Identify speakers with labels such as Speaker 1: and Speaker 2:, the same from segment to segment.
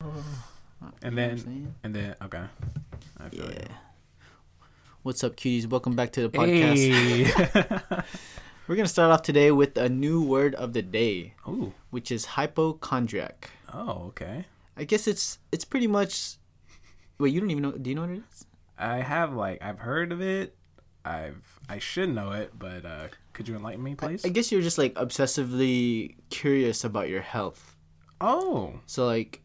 Speaker 1: And
Speaker 2: know what I'm
Speaker 1: then,
Speaker 2: saying?
Speaker 1: and then, okay. I feel
Speaker 2: Yeah. What's up, cuties? Welcome back to the podcast.
Speaker 1: you. Hey.
Speaker 2: We're gonna start off today with a new word of the day,
Speaker 1: Ooh.
Speaker 2: which is hypochondriac.
Speaker 1: Oh, okay.
Speaker 2: I guess it's it's pretty much. Wait, you don't even know? Do you know what it is?
Speaker 1: I have like I've heard of it. I've I should know it, but uh could you enlighten me, please?
Speaker 2: I guess you're just like obsessively curious about your health.
Speaker 1: oh,
Speaker 2: So like,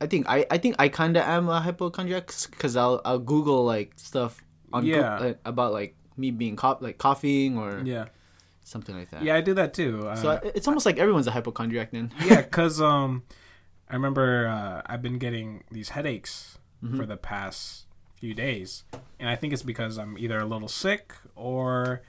Speaker 2: I think I I think I kinda am a hypochondriac because I'll I'll Google like stuff on Goo-
Speaker 1: Yeah.
Speaker 2: uh, about like me being cough like coughing or
Speaker 1: yeah,
Speaker 2: something like that.
Speaker 1: yeah. I do that too. Uh,
Speaker 2: So I- it's almost like everyone's a hypochondriac then.
Speaker 1: yeah, cause um, I remember uh, I've been getting these headaches
Speaker 2: Mm-hmm.
Speaker 1: for the past few days, and I think it's because I'm either a little sick or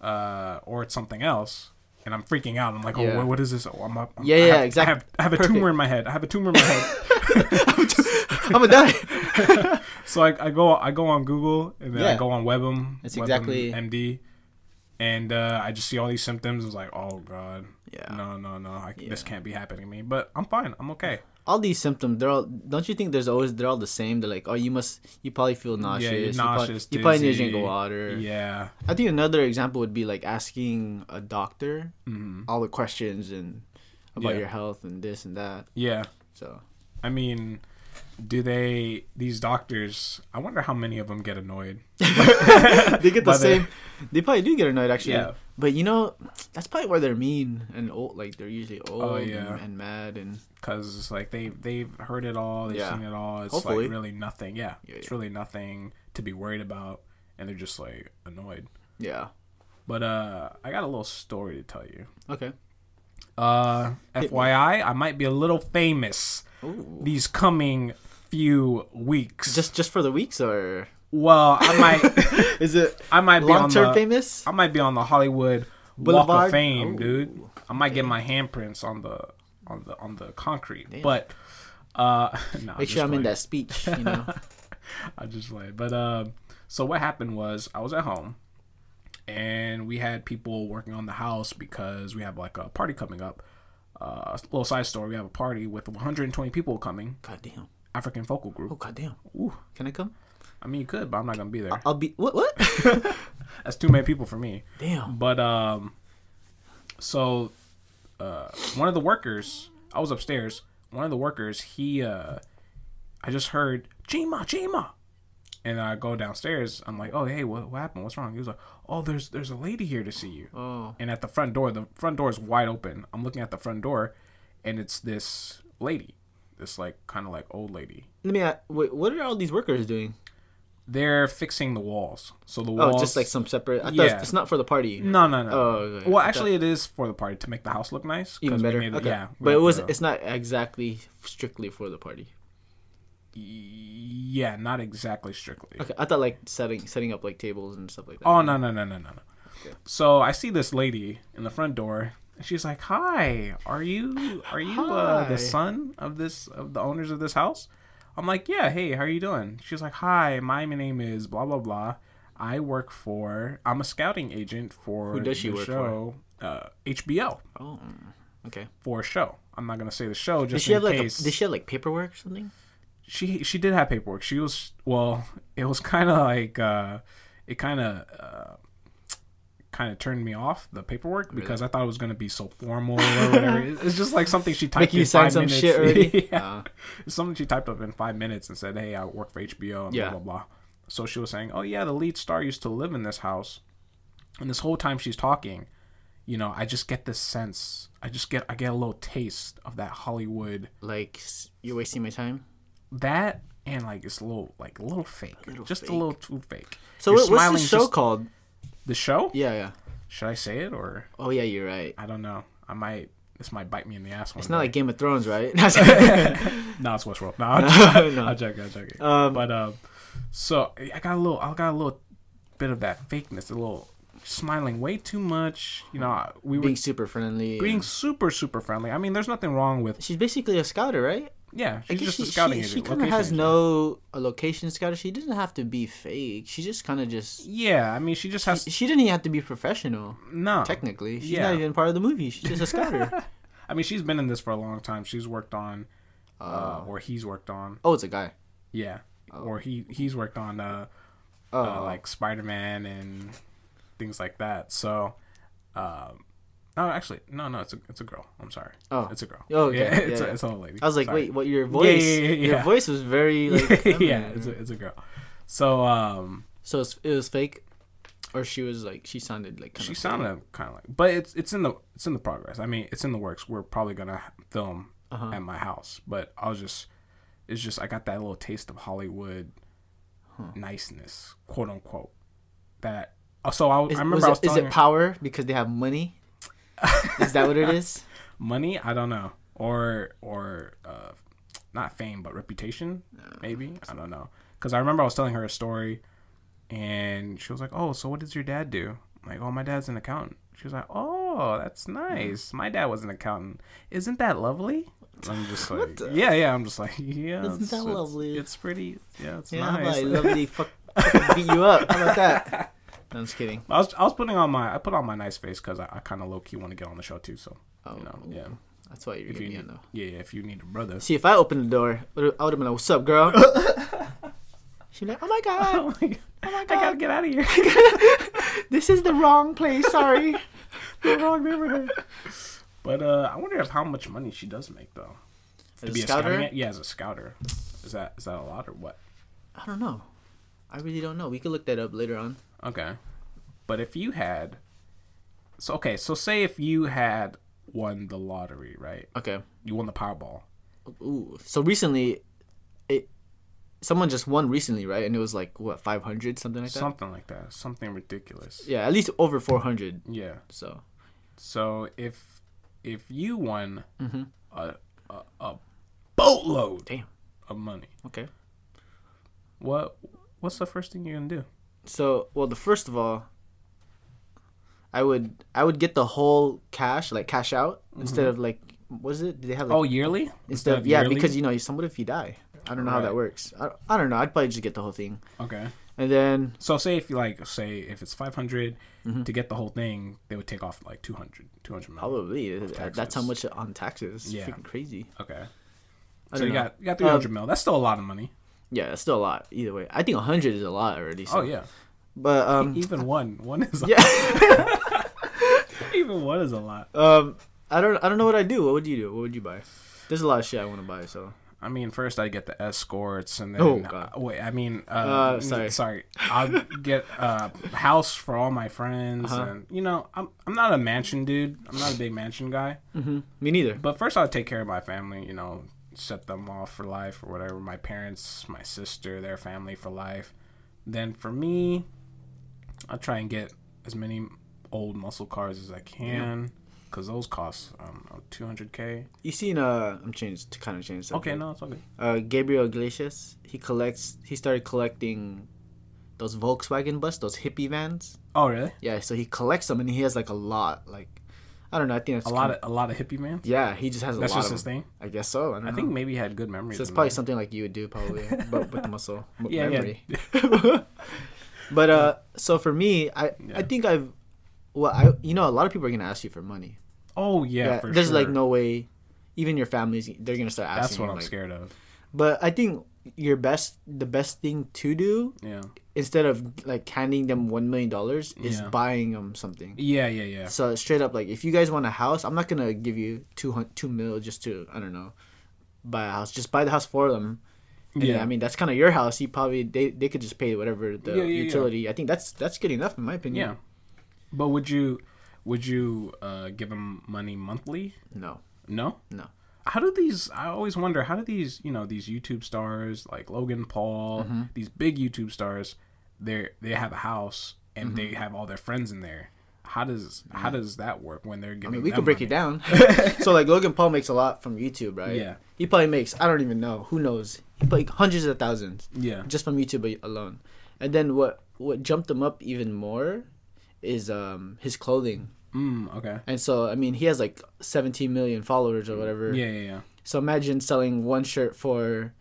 Speaker 1: uh or it's something else. And I'm freaking out. I'm like, oh,
Speaker 2: Yeah.
Speaker 1: what, what is this? Oh, I'm, up-
Speaker 2: Yeah,
Speaker 1: I
Speaker 2: yeah,
Speaker 1: have,
Speaker 2: exact-
Speaker 1: I have, I have a
Speaker 2: perfect.
Speaker 1: tumor in my head. I have a tumor in my head.
Speaker 2: I'm a die.
Speaker 1: So I, I go I go on Google and then I
Speaker 2: Yeah.
Speaker 1: go on Webm.
Speaker 2: That's
Speaker 1: Webm
Speaker 2: exactly-
Speaker 1: MD, and uh, I just see all these symptoms. I was like, oh god,
Speaker 2: Yeah.
Speaker 1: no, no, no, I, this can't be happening to me. But I'm fine. I'm okay.
Speaker 2: all these symptoms they're all don't you think there's always they're all the same they're like oh you must you probably feel nauseous
Speaker 1: yeah, you're
Speaker 2: you probably-
Speaker 1: nauseous.
Speaker 2: you probably, need to
Speaker 1: dizzy.
Speaker 2: drink water
Speaker 1: Yeah,
Speaker 2: i think another example would be like asking a doctor all the questions and
Speaker 1: Mm-hmm.
Speaker 2: about
Speaker 1: Yeah.
Speaker 2: your health and this and that
Speaker 1: yeah.
Speaker 2: so
Speaker 1: I mean, do they these doctors? I wonder how many of them get annoyed.
Speaker 2: they get the
Speaker 1: But they-
Speaker 2: same they probably do get annoyed actually
Speaker 1: Yeah.
Speaker 2: but you know that's probably why they're mean and old like they're usually old
Speaker 1: Oh, yeah.
Speaker 2: and, and mad and
Speaker 1: because it's like they they've heard it all, they've
Speaker 2: Yeah.
Speaker 1: seen it all. It's
Speaker 2: Hopefully.
Speaker 1: like really nothing. Yeah, it's
Speaker 2: yeah.
Speaker 1: really nothing to be worried about, and they're just like annoyed.
Speaker 2: yeah
Speaker 1: But uh, I got a little story to tell you.
Speaker 2: okay
Speaker 1: Uh, FYI, I might be a little famous
Speaker 2: Ooh.
Speaker 1: these coming few weeks.
Speaker 2: just just for the weeks or
Speaker 1: well, I might,
Speaker 2: is it
Speaker 1: I might be on
Speaker 2: long-term
Speaker 1: the,
Speaker 2: famous
Speaker 1: I might be on the Hollywood Walk
Speaker 2: Boulevard?
Speaker 1: of Fame,
Speaker 2: Oh.
Speaker 1: dude. I might get my handprints on the on the on the concrete, but uh, no,
Speaker 2: make sure i'm in that speech you know
Speaker 1: I just lied. But um, so what happened was I was at home, and we had people working on the house because we have like a party coming up. Uh, a little side story: we have a party with 120 people coming,
Speaker 2: god damn
Speaker 1: African vocal
Speaker 2: Oh
Speaker 1: group.
Speaker 2: goddamn!
Speaker 1: Ooh.
Speaker 2: Can I come?
Speaker 1: I mean, you could, but I'm not gonna be there.
Speaker 2: I'll be what? What?
Speaker 1: That's too many people for me.
Speaker 2: Damn!
Speaker 1: But um, so uh, one of the workers, I was upstairs. One of the workers, he, uh, I just heard Chima, Chima, and I go downstairs. I'm like, oh hey, what, what happened? What's wrong? He was like, oh there's there's a lady here to see you.
Speaker 2: Oh,
Speaker 1: And at the front door, the front door is wide open. I'm looking at the front door, and it's this lady, this like kind of like old lady.
Speaker 2: let me. a- Wait, what are all these workers doing?
Speaker 1: They're fixing the walls, so the
Speaker 2: Oh,
Speaker 1: walls.
Speaker 2: just like some separate. I
Speaker 1: Yeah.
Speaker 2: thought it's not for the party.
Speaker 1: No, no, no.
Speaker 2: Oh, okay.
Speaker 1: well, actually, it is for the party to make the house look nice. 'cause
Speaker 2: even
Speaker 1: we
Speaker 2: better.
Speaker 1: made
Speaker 2: okay.
Speaker 1: Yeah, we
Speaker 2: but it
Speaker 1: had
Speaker 2: was.
Speaker 1: the-
Speaker 2: It's not exactly strictly for the party.
Speaker 1: yeah, not exactly strictly.
Speaker 2: Okay, I thought like setting setting up like tables and stuff like that.
Speaker 1: Oh no no no no no. no. So I see this lady in the front door. and She's like, "Hi, are you are you uh,
Speaker 2: Hi.
Speaker 1: the son of this of the owners of this house?" I'm like, "Yeah, hey, how are you doing?" She's like, "Hi, my name is blah blah blah. I work for I'm a scouting agent for
Speaker 2: Who does she
Speaker 1: the
Speaker 2: work for?
Speaker 1: show, Uh, HBO
Speaker 2: Oh, okay.
Speaker 1: for a show. I'm not gonna say the show just
Speaker 2: Did she
Speaker 1: in
Speaker 2: have like? A,
Speaker 1: case.
Speaker 2: did she have like paperwork or something?
Speaker 1: she she did have paperwork. She was well, it was kind of like uh it kind of uh, kind of turned me off the paperwork because I thought it was going to be so formal or whatever. It- it's just like something she typed
Speaker 2: Making
Speaker 1: in
Speaker 2: you sign
Speaker 1: five
Speaker 2: some
Speaker 1: minutes.
Speaker 2: shit already? Uh.
Speaker 1: yeah. Something she typed up in 5 minutes and said, "Hey, I work for HBO and
Speaker 2: Yeah.
Speaker 1: blah blah blah." So she was saying, "Oh yeah, the lead star used to live in this house." And this whole time she's talking, you know, I just get this sense. I just get I get a little taste of that Hollywood
Speaker 2: Like s- you're wasting my time.
Speaker 1: that and like it's a little like a little fake, just a little too fake.
Speaker 2: So
Speaker 1: You're
Speaker 2: what, what's
Speaker 1: smiling
Speaker 2: this show
Speaker 1: just-
Speaker 2: called?
Speaker 1: The show?
Speaker 2: Yeah, yeah.
Speaker 1: Should I say it or
Speaker 2: Oh yeah, you're right.
Speaker 1: I don't know. I might. This might bite me in the ass. One
Speaker 2: It's not
Speaker 1: day.
Speaker 2: like Game of Thrones, right? That's-
Speaker 1: no, it's Westworld. No, I'll
Speaker 2: No.
Speaker 1: no. I'll check. I'll check it.
Speaker 2: Um,
Speaker 1: but um, so I got a little. I got a little bit of that fakeness. A little smiling way too much. You know, we were
Speaker 2: being super friendly.
Speaker 1: being super super friendly. I mean, there's nothing wrong with
Speaker 2: She's basically a scouter, right?
Speaker 1: yeah.
Speaker 2: I
Speaker 1: She's
Speaker 2: guess
Speaker 1: just
Speaker 2: she,
Speaker 1: a scouting
Speaker 2: she,
Speaker 1: agent.
Speaker 2: she kind of
Speaker 1: location
Speaker 2: has
Speaker 1: agent.
Speaker 2: no a location scouter. She doesn't have to be fake. She just kind of just.
Speaker 1: Yeah, I mean, she just has
Speaker 2: She didn't even have to be professional.
Speaker 1: no.
Speaker 2: Technically, she's
Speaker 1: Yeah.
Speaker 2: not even part of the movie. She's just a scouter.
Speaker 1: I mean, she's been in this for a long time. She's worked on, uh, or he's worked on,
Speaker 2: Oh, it's a guy.
Speaker 1: yeah, or he he's worked on uh,
Speaker 2: Oh,
Speaker 1: uh, like Spider Man and things like that. So, um, no, actually, no, no, it's a it's a girl. I'm sorry.
Speaker 2: Oh.
Speaker 1: it's a girl.
Speaker 2: Oh, okay.
Speaker 1: yeah, it's
Speaker 2: Yeah,
Speaker 1: a
Speaker 2: yeah.
Speaker 1: it's an old lady.
Speaker 2: I was like,
Speaker 1: Sorry.
Speaker 2: wait, what? Your
Speaker 1: Yeah, yeah,
Speaker 2: voice,
Speaker 1: yeah, yeah,
Speaker 2: your
Speaker 1: yeah.
Speaker 2: voice was very like.
Speaker 1: yeah,
Speaker 2: feminine.
Speaker 1: it's a it's a girl. So um,
Speaker 2: So it's, it was fake, or she was like she sounded like kind
Speaker 1: she
Speaker 2: of.
Speaker 1: sounded kind of like, but it's it's in the it's in the progress. I mean, it's in the works. We're probably gonna film
Speaker 2: Uh-huh.
Speaker 1: at my house, but I was just it's just I got that little taste of Hollywood niceness, quote unquote. That oh, so I, I
Speaker 2: Is, was
Speaker 1: remember I was
Speaker 2: it, is
Speaker 1: telling
Speaker 2: it
Speaker 1: her-
Speaker 2: power because they have money? is that what it is?
Speaker 1: money i don't know or or uh not fame but reputation maybe i don't know because i remember i was telling her a story and she was like oh so what does your dad do I'm like oh my dad's an accountant she was like oh
Speaker 2: Hmm.
Speaker 1: that's nice my dad was an accountant isn't that lovely i'm just like
Speaker 2: the-
Speaker 1: yeah yeah i'm just like yeah
Speaker 2: Isn't
Speaker 1: it's-
Speaker 2: that
Speaker 1: it's-
Speaker 2: lovely?"
Speaker 1: it's pretty yeah it's
Speaker 2: Yeah,
Speaker 1: nice
Speaker 2: how about I lovely fuck, fucking beat you up? How about that? No, I'm just kidding.
Speaker 1: I was, I was putting on my I put on my nice face because I, I kind of low key want to get on the show too. So
Speaker 2: Oh,
Speaker 1: you know, yeah.
Speaker 2: That's why you're
Speaker 1: If you
Speaker 2: getting me
Speaker 1: need,
Speaker 2: on though.
Speaker 1: yeah, if you need a brother,
Speaker 2: See, if I opened the door, I would have been like, "What's up, girl?" She'd be like, "Oh my god,
Speaker 1: oh my god, I gotta
Speaker 2: God.
Speaker 1: get out of here. Oh.
Speaker 2: this is the wrong place. Sorry."
Speaker 1: the wrong neighborhood. But uh, I wonder if how much money she does make though.
Speaker 2: As a
Speaker 1: scouting
Speaker 2: scouter,
Speaker 1: a- yeah, as a scouter, is that is that a lot or what?
Speaker 2: I don't know. I really don't know. We could look that up later on.
Speaker 1: Okay, but if you had, so okay, so say if you had won the lottery, right?
Speaker 2: Okay.
Speaker 1: You won the Powerball.
Speaker 2: Ooh. So recently, it someone just won recently, right? And it was like what five hundred something like that.
Speaker 1: Something like that. Something ridiculous.
Speaker 2: yeah, at least over four hundred.
Speaker 1: Yeah.
Speaker 2: So
Speaker 1: So if if you won a, a a boatload
Speaker 2: Mm-hmm. Damn.
Speaker 1: of money,
Speaker 2: okay.
Speaker 1: what what's the first thing you're gonna do?
Speaker 2: So well, the first of all, I would I would get the whole cash like cash out instead of like was it did they have
Speaker 1: Mm-hmm.
Speaker 2: like
Speaker 1: Oh, yearly
Speaker 2: instead of yeah
Speaker 1: yearly?
Speaker 2: because you know some what if you die I don't know how
Speaker 1: Right.
Speaker 2: that works I, I don't know I'd probably just get the whole thing
Speaker 1: okay.
Speaker 2: and then
Speaker 1: So say if you like say if it's 500 to get the whole thing, they would take off like 200, 200 mil.
Speaker 2: Mm-hmm. probably that- that's how
Speaker 1: taxes.
Speaker 2: much on taxes
Speaker 1: Yeah.
Speaker 2: freaking crazy
Speaker 1: Okay.
Speaker 2: I
Speaker 1: So
Speaker 2: don't
Speaker 1: you
Speaker 2: know. Um,
Speaker 1: got you got 300 mil. That's still a lot of money.
Speaker 2: yeah that's still a lot either way I think hundred is a lot already so.
Speaker 1: Oh yeah.
Speaker 2: but um
Speaker 1: Even one one is a
Speaker 2: Yeah.
Speaker 1: even one is a lot.
Speaker 2: Um, I don't, I don't know what I do. What would you do? What would you buy? There's a lot of shit I want to buy. So
Speaker 1: I mean, first I get the escorts, and then
Speaker 2: Oh, God.
Speaker 1: uh, wait. I mean, uh,
Speaker 2: Uh,
Speaker 1: sorry,
Speaker 2: sorry.
Speaker 1: sorry. I'll get a house for all my friends,
Speaker 2: Uh-huh.
Speaker 1: and you know, I'm I'm not a mansion dude. I'm not a big mansion guy.
Speaker 2: me neither.
Speaker 1: But first, I'll take care of my family. You know, set them off for life or whatever. My parents, my sister, their family for life. Then for me, I'll try and get as many old muscle cars as I can. Cause those cost, I don't know, two hundred k.
Speaker 2: You seen? Uh, I'm changed to kind of change.
Speaker 1: Okay,
Speaker 2: subject.
Speaker 1: no, it's okay.
Speaker 2: Uh, Gabriel Iglesias. He collects. He started collecting those Volkswagen bus, those hippie vans.
Speaker 1: Oh, really?
Speaker 2: Yeah. So he collects them, and he has like a lot. Like, I don't know. I think that's
Speaker 1: A lot of a lot of hippie man.
Speaker 2: Yeah, he just has a
Speaker 1: That's
Speaker 2: lot
Speaker 1: just
Speaker 2: of
Speaker 1: his
Speaker 2: them.
Speaker 1: thing.
Speaker 2: I guess so. I, don't
Speaker 1: I
Speaker 2: know.
Speaker 1: think maybe he had good memories.
Speaker 2: So it's
Speaker 1: in
Speaker 2: probably
Speaker 1: life.
Speaker 2: something like you would do probably, but with the muscle with
Speaker 1: Yeah, yeah.
Speaker 2: memory. but uh, so for me, I I think I've, well, I you know a lot of people are gonna ask you for money.
Speaker 1: Oh yeah,
Speaker 2: Yeah,
Speaker 1: for
Speaker 2: there's like
Speaker 1: sure.
Speaker 2: no way, even your families they're gonna start asking.
Speaker 1: That's what
Speaker 2: you,
Speaker 1: I'm
Speaker 2: like-
Speaker 1: scared of.
Speaker 2: But I think your best, the best thing to do
Speaker 1: Yeah.
Speaker 2: instead of like handing them one million dollars is
Speaker 1: Yeah.
Speaker 2: buying them something.
Speaker 1: Yeah, yeah, yeah.
Speaker 2: So straight up, like if you guys want a house, I'm not gonna give you two hun- two mil just to I don't know, buy a house. Just buy the house for them. And
Speaker 1: Yeah.
Speaker 2: yeah, I mean that's kind of your house. You probably they, they could just pay whatever the
Speaker 1: Yeah, yeah, yeah.
Speaker 2: utility. I think that's that's good enough in my
Speaker 1: Yeah.
Speaker 2: opinion.
Speaker 1: But would you would you uh, give him money monthly?
Speaker 2: No,
Speaker 1: No.
Speaker 2: no.
Speaker 1: How do these? I always wonder how do these you know these YouTube stars like Logan Paul,
Speaker 2: Mm-hmm.
Speaker 1: these big YouTube stars, they they have a house and they
Speaker 2: Mm-hmm.
Speaker 1: have all their friends in there. How does how does that work when they're giving?
Speaker 2: I mean, we
Speaker 1: them
Speaker 2: could break
Speaker 1: money?
Speaker 2: it down. so like Logan Paul makes a lot from YouTube, right?
Speaker 1: Yeah.
Speaker 2: He probably makes I don't even know who knows he probably hundreds of thousands
Speaker 1: Yeah.
Speaker 2: just from YouTube alone. And then what what jumped him up even more is um his clothing.
Speaker 1: Mm, okay.
Speaker 2: And so I mean he has like 17 million followers or whatever.
Speaker 1: Yeah, yeah, yeah.
Speaker 2: So imagine selling one shirt for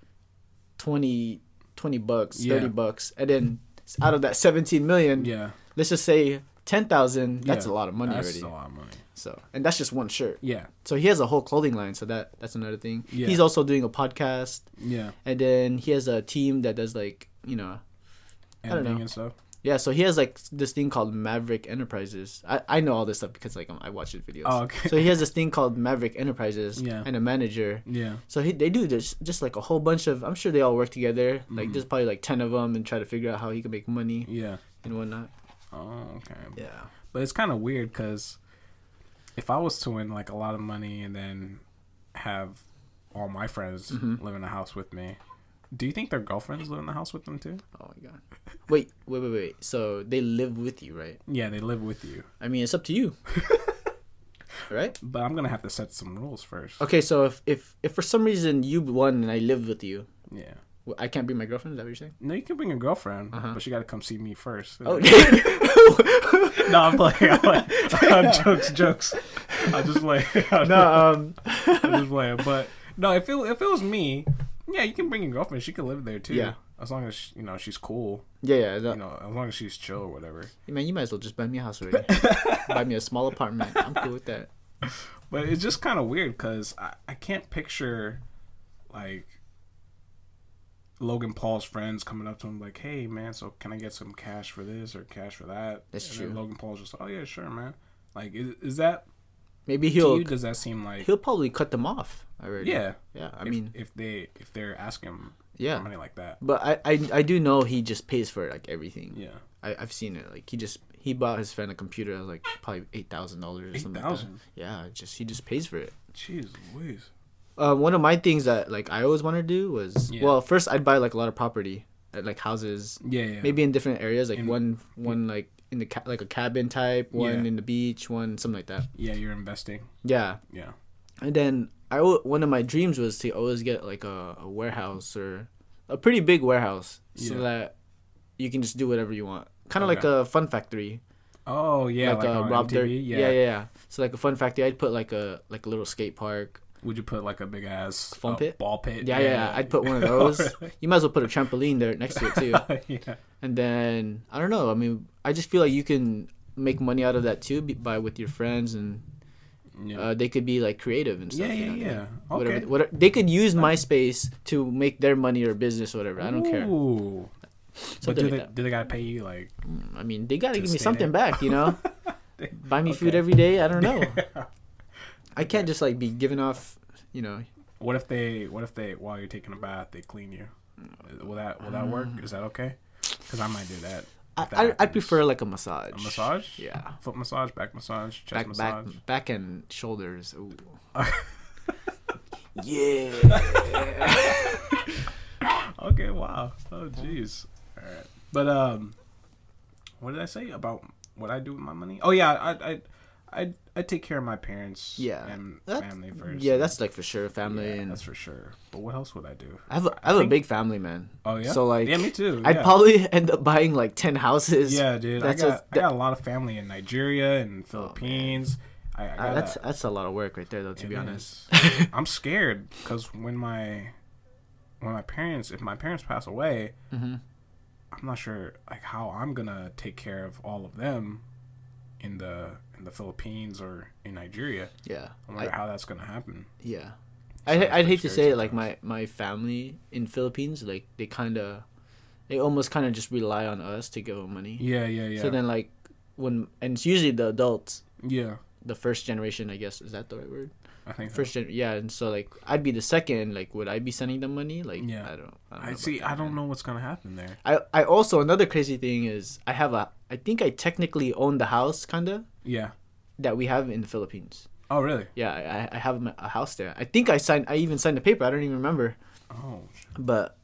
Speaker 2: 20, 20 bucks, 30
Speaker 1: Yeah.
Speaker 2: bucks, and then out of that 17 million,
Speaker 1: Yeah.
Speaker 2: let's just say 10,000, that's
Speaker 1: Yeah.
Speaker 2: a lot of money
Speaker 1: That's
Speaker 2: already.
Speaker 1: a lot of money.
Speaker 2: So and that's just one shirt.
Speaker 1: Yeah.
Speaker 2: So he has a whole clothing line. So that that's another thing.
Speaker 1: Yeah.
Speaker 2: He's also doing a podcast,
Speaker 1: Yeah.
Speaker 2: and then he has a team that does like you know
Speaker 1: And
Speaker 2: don't
Speaker 1: thing
Speaker 2: know.
Speaker 1: and stuff.
Speaker 2: yeah. So he has like this thing called Maverick Enterprises. I I know all this stuff because like I watch his videos.
Speaker 1: Oh, okay.
Speaker 2: So he has this thing called Maverick Enterprises
Speaker 1: Yeah.
Speaker 2: and a manager.
Speaker 1: Yeah.
Speaker 2: So he, they do just just like a whole bunch of. I'm sure they all work together.
Speaker 1: Mm-hmm.
Speaker 2: Like there's probably like ten of them, and try to figure out how he can make money
Speaker 1: Yeah.
Speaker 2: and whatnot.
Speaker 1: Oh, okay.
Speaker 2: Yeah.
Speaker 1: But it's kind of weird because if I was to win like a lot of money and then have all my friends
Speaker 2: Mm-hmm.
Speaker 1: live in a house with me, do you think their girlfriends live in the house with them too?
Speaker 2: Oh my god. Wait, wait, wait, wait. So they live with you, right?
Speaker 1: Yeah, they live with you.
Speaker 2: I mean, it's up to you. right?
Speaker 1: But I'm gonna have to set some rules first.
Speaker 2: Okay, so if if if for some reason you won and I live with you,
Speaker 1: Yeah.
Speaker 2: w- I can't be my girlfriend. Is that what you're saying?
Speaker 1: No, you can bring your girlfriend, but she got to come see me first.
Speaker 2: Uh-huh. Oh,
Speaker 1: no, I'm playing. I'm, playing. I'm jokes, jokes. I just like I'm
Speaker 2: no. Um,
Speaker 1: just playing. But no, if it if it was me, yeah, you can bring your girlfriend. She can live there too.
Speaker 2: Yeah.
Speaker 1: As long as you know she's cool,
Speaker 2: yeah, yeah. no.
Speaker 1: you know, as long as she's chill or whatever.
Speaker 2: Man, you might as well just buy me a house already. buy me a small apartment. I'm cool with that.
Speaker 1: But it's just kind of weird because I, I can't picture like Logan Paul's friends coming up to him like, "Hey man, so can I get some cash for this or cash for that?"
Speaker 2: That's
Speaker 1: And then
Speaker 2: true.
Speaker 1: Logan Paul's just, "Oh yeah, sure, man." Like, is, is that
Speaker 2: Maybe
Speaker 1: to
Speaker 2: he'll
Speaker 1: you? Does that seem like
Speaker 2: he'll probably cut them off already.
Speaker 1: yeah?
Speaker 2: Yeah. I
Speaker 1: if,
Speaker 2: mean,
Speaker 1: if they if they're asking him
Speaker 2: yeah.
Speaker 1: for money like that,
Speaker 2: But I, I I do know he just pays for like everything.
Speaker 1: yeah,
Speaker 2: I, I've seen it. Like he just he bought his friend a computer that was like probably eight thousand dollars or something. Like that.
Speaker 1: $8,000?
Speaker 2: Yeah, just he just pays for it.
Speaker 1: jeez, Louise.
Speaker 2: Uh, one of my things that like I always wanted to do was
Speaker 1: Yeah.
Speaker 2: well, first I'd buy like a lot of property, uh, like houses,
Speaker 1: yeah, yeah,
Speaker 2: maybe in different areas, like
Speaker 1: In-
Speaker 2: one one like in the ca- like a cabin type, one
Speaker 1: Yeah.
Speaker 2: in the beach, one something like that.
Speaker 1: yeah, you're investing,
Speaker 2: Yeah,
Speaker 1: yeah,
Speaker 2: and then I al- one of my dreams was to always get like a, a warehouse or a pretty big warehouse so
Speaker 1: Yeah.
Speaker 2: that you can just do whatever you want, kind of like
Speaker 1: Okay.
Speaker 2: a fun factory.
Speaker 1: oh yeah, like,
Speaker 2: like, uh,
Speaker 1: on
Speaker 2: Rob
Speaker 1: MTV,
Speaker 2: Dirk. Yeah. yeah, yeah, So like a fun fact, I'd put like a like a little skate park.
Speaker 1: Would you put like a big ass
Speaker 2: Foam
Speaker 1: uh,
Speaker 2: pit?
Speaker 1: ball pit?
Speaker 2: Yeah, yeah, yeah. I'd put one of those. You might as well put a trampoline there next to it too. Uh,
Speaker 1: yeah.
Speaker 2: and then I don't know. I mean, I just feel like you can make money out of that too be- by with your friends and
Speaker 1: Yeah.
Speaker 2: uh, they could be like creative and stuff.
Speaker 1: yeah, yeah,
Speaker 2: you know?
Speaker 1: yeah.
Speaker 2: Whatever,
Speaker 1: Okay.
Speaker 2: whatever. They could use MySpace to make their money or business or whatever. I don't care.
Speaker 1: Ooh. But
Speaker 2: Something
Speaker 1: do
Speaker 2: like
Speaker 1: they,
Speaker 2: that.
Speaker 1: do they gotta pay you like?
Speaker 2: Mm, I mean, they gotta give me
Speaker 1: stay
Speaker 2: something back, you know. Buy me
Speaker 1: Okay.
Speaker 2: food every day. I don't know. I can't just like be giving off, you know.
Speaker 1: What if they? What if they? While you're taking a bath, they clean you. Will that Will that work? Is that okay? Because I might do that. if
Speaker 2: I,
Speaker 1: that
Speaker 2: I, I
Speaker 1: happens.
Speaker 2: prefer like a massage.
Speaker 1: a massage.
Speaker 2: Yeah.
Speaker 1: Foot massage, back massage, chest
Speaker 2: Back,
Speaker 1: massage.
Speaker 2: back, back and shoulders. Ooh. yeah.
Speaker 1: Okay. Wow. Oh, jeez. All right. But um, what did I say about what I do with my money? Oh yeah, I I I I take care of my parents.
Speaker 2: Yeah.
Speaker 1: And
Speaker 2: That's-
Speaker 1: family first.
Speaker 2: Yeah, that's like for sure family
Speaker 1: Yeah,
Speaker 2: and
Speaker 1: that's for sure. But what else would I do?
Speaker 2: I have a, I have a big family, man.
Speaker 1: Oh yeah.
Speaker 2: So like
Speaker 1: yeah, me too.
Speaker 2: I'd
Speaker 1: yeah.
Speaker 2: probably end up buying like 10 houses.
Speaker 1: Yeah, dude.
Speaker 2: That's
Speaker 1: I
Speaker 2: a-
Speaker 1: got I got a lot of family in Nigeria and Philippines. I, I
Speaker 2: Uh,
Speaker 1: got
Speaker 2: that's
Speaker 1: a-
Speaker 2: that's a lot of work right there though to be
Speaker 1: it
Speaker 2: honest.
Speaker 1: is. I'm scared because when my when my parents, if my parents pass away,
Speaker 2: Mm-hmm.
Speaker 1: I'm not sure like how I'm gonna take care of all of them in the in the Philippines or in Nigeria.
Speaker 2: Yeah.
Speaker 1: I
Speaker 2: I,
Speaker 1: wonder how that's gonna happen.
Speaker 2: yeah.
Speaker 1: So
Speaker 2: I
Speaker 1: that's
Speaker 2: I'd
Speaker 1: pretty
Speaker 2: hate to
Speaker 1: scary
Speaker 2: say it, like my my family in Philippines like they kind of they almost kind of just rely on us to give them money.
Speaker 1: Yeah, yeah, yeah,
Speaker 2: So then like when and it's usually the adults
Speaker 1: yeah.
Speaker 2: the first generation, I guess. Is that the right word?
Speaker 1: I think so.
Speaker 2: First gen, yeah. And so like, I'd be the second. Like, would I be sending them money? Like,
Speaker 1: Yeah.
Speaker 2: I don't. I, don't know
Speaker 1: I
Speaker 2: about
Speaker 1: see.
Speaker 2: that,
Speaker 1: I don't
Speaker 2: man.
Speaker 1: know what's gonna happen there.
Speaker 2: I I also another crazy thing is I have a I think I technically own the house kinda
Speaker 1: Yeah.
Speaker 2: that we have in the Philippines.
Speaker 1: Oh really?
Speaker 2: Yeah, I- I I have a house there. I think I signed. I even signed a paper. I don't even remember.
Speaker 1: Oh.
Speaker 2: But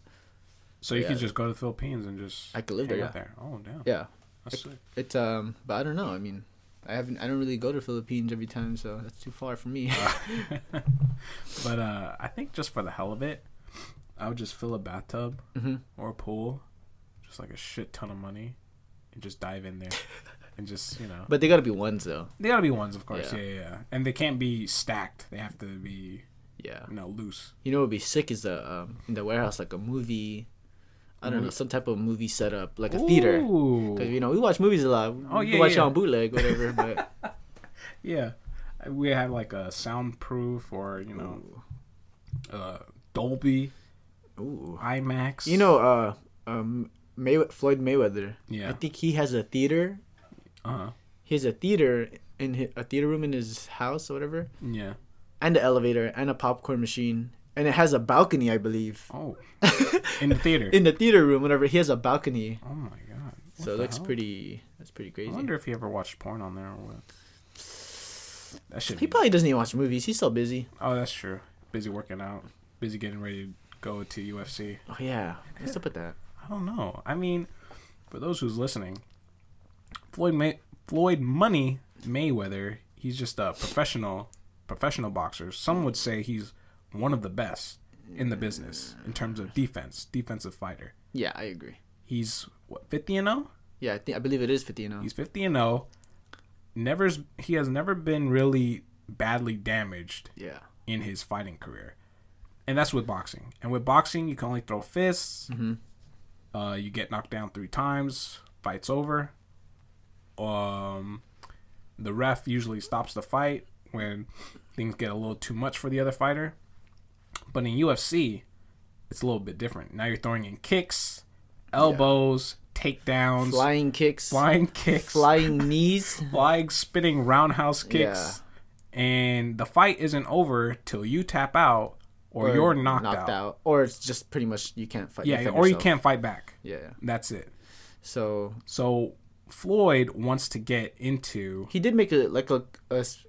Speaker 1: So you
Speaker 2: Yeah.
Speaker 1: can just go to the Philippines and just
Speaker 2: I could live
Speaker 1: hang out
Speaker 2: there,
Speaker 1: there. Oh damn.
Speaker 2: yeah,
Speaker 1: That's sick.
Speaker 2: it's um. But I don't know. I mean, I haven't. I don't really go to Philippines every time, so that's too far for me.
Speaker 1: But uh, I think just for the hell of it, I would just fill a bathtub
Speaker 2: Mm-hmm.
Speaker 1: or a pool, just like a shit ton of money, and just dive in there, and just you know,
Speaker 2: but they gotta be ones though.
Speaker 1: they gotta be ones, of course, yeah.
Speaker 2: Yeah.
Speaker 1: yeah, yeah, and they can't be stacked. They have to be
Speaker 2: Yeah.
Speaker 1: you know loose.
Speaker 2: You know what would be sick is the um, in the warehouse like a movie, I don't know some type of movie setup like a theater.
Speaker 1: Ooh.
Speaker 2: 'Cause, you know we watch movies a lot.
Speaker 1: Oh,
Speaker 2: we
Speaker 1: yeah,
Speaker 2: watch it
Speaker 1: yeah.
Speaker 2: on bootleg whatever. but
Speaker 1: Yeah. we have like a soundproof or you know, uh, Dolby,
Speaker 2: Ooh.
Speaker 1: IMAX.
Speaker 2: You know, uh, um, May- Floyd Mayweather.
Speaker 1: Yeah.
Speaker 2: I think he has a theater.
Speaker 1: uh
Speaker 2: He has a theater in hi a theater room in his house or whatever,
Speaker 1: yeah.
Speaker 2: and an elevator and a popcorn machine, and it has a balcony, I believe.
Speaker 1: Oh, in the theater.
Speaker 2: in the theater room, whatever, he has a balcony.
Speaker 1: oh my god. What
Speaker 2: so
Speaker 1: the
Speaker 2: that's
Speaker 1: hell?
Speaker 2: pretty. That's pretty
Speaker 1: I
Speaker 2: crazy.
Speaker 1: wonder if he ever watched porn on there or what. That should.
Speaker 2: He
Speaker 1: Be,
Speaker 2: probably doesn't even watch movies. He's so busy.
Speaker 1: oh, that's true. Busy working out. Busy getting ready to go to UFC.
Speaker 2: Oh yeah, what's up with that?
Speaker 1: I don't know. I mean, for those who's listening, Floyd May- Floyd Money Mayweather, he's just a professional professional boxer. Some would say he's one of the best in the business in terms of defense, defensive fighter.
Speaker 2: Yeah, I agree.
Speaker 1: He's what 50 and 0?
Speaker 2: Yeah, I think I believe it is fifty now.
Speaker 1: He's 50 and 0. Never he has never been really badly damaged
Speaker 2: Yeah,
Speaker 1: in his fighting career. And that's with boxing. And with boxing, you can only throw fists.
Speaker 2: Mm-hmm.
Speaker 1: Uh, you get knocked down three times. Fight's over. Um, the ref usually stops the fight when things get a little too much for the other fighter. But in UFC, it's a little bit different. Now you're throwing in kicks, elbows, takedowns,
Speaker 2: flying kicks,
Speaker 1: flying kicks,
Speaker 2: flying knees.
Speaker 1: flying spinning roundhouse kicks and the fight isn't over till you tap out or, you're knocked, out.
Speaker 2: or it's just pretty much you can't fight.
Speaker 1: yeah
Speaker 2: defend
Speaker 1: or you
Speaker 2: yourself.
Speaker 1: can't fight back
Speaker 2: Yeah,
Speaker 1: that's it
Speaker 2: so
Speaker 1: so floyd wants to get into
Speaker 2: he did make a like a a, s-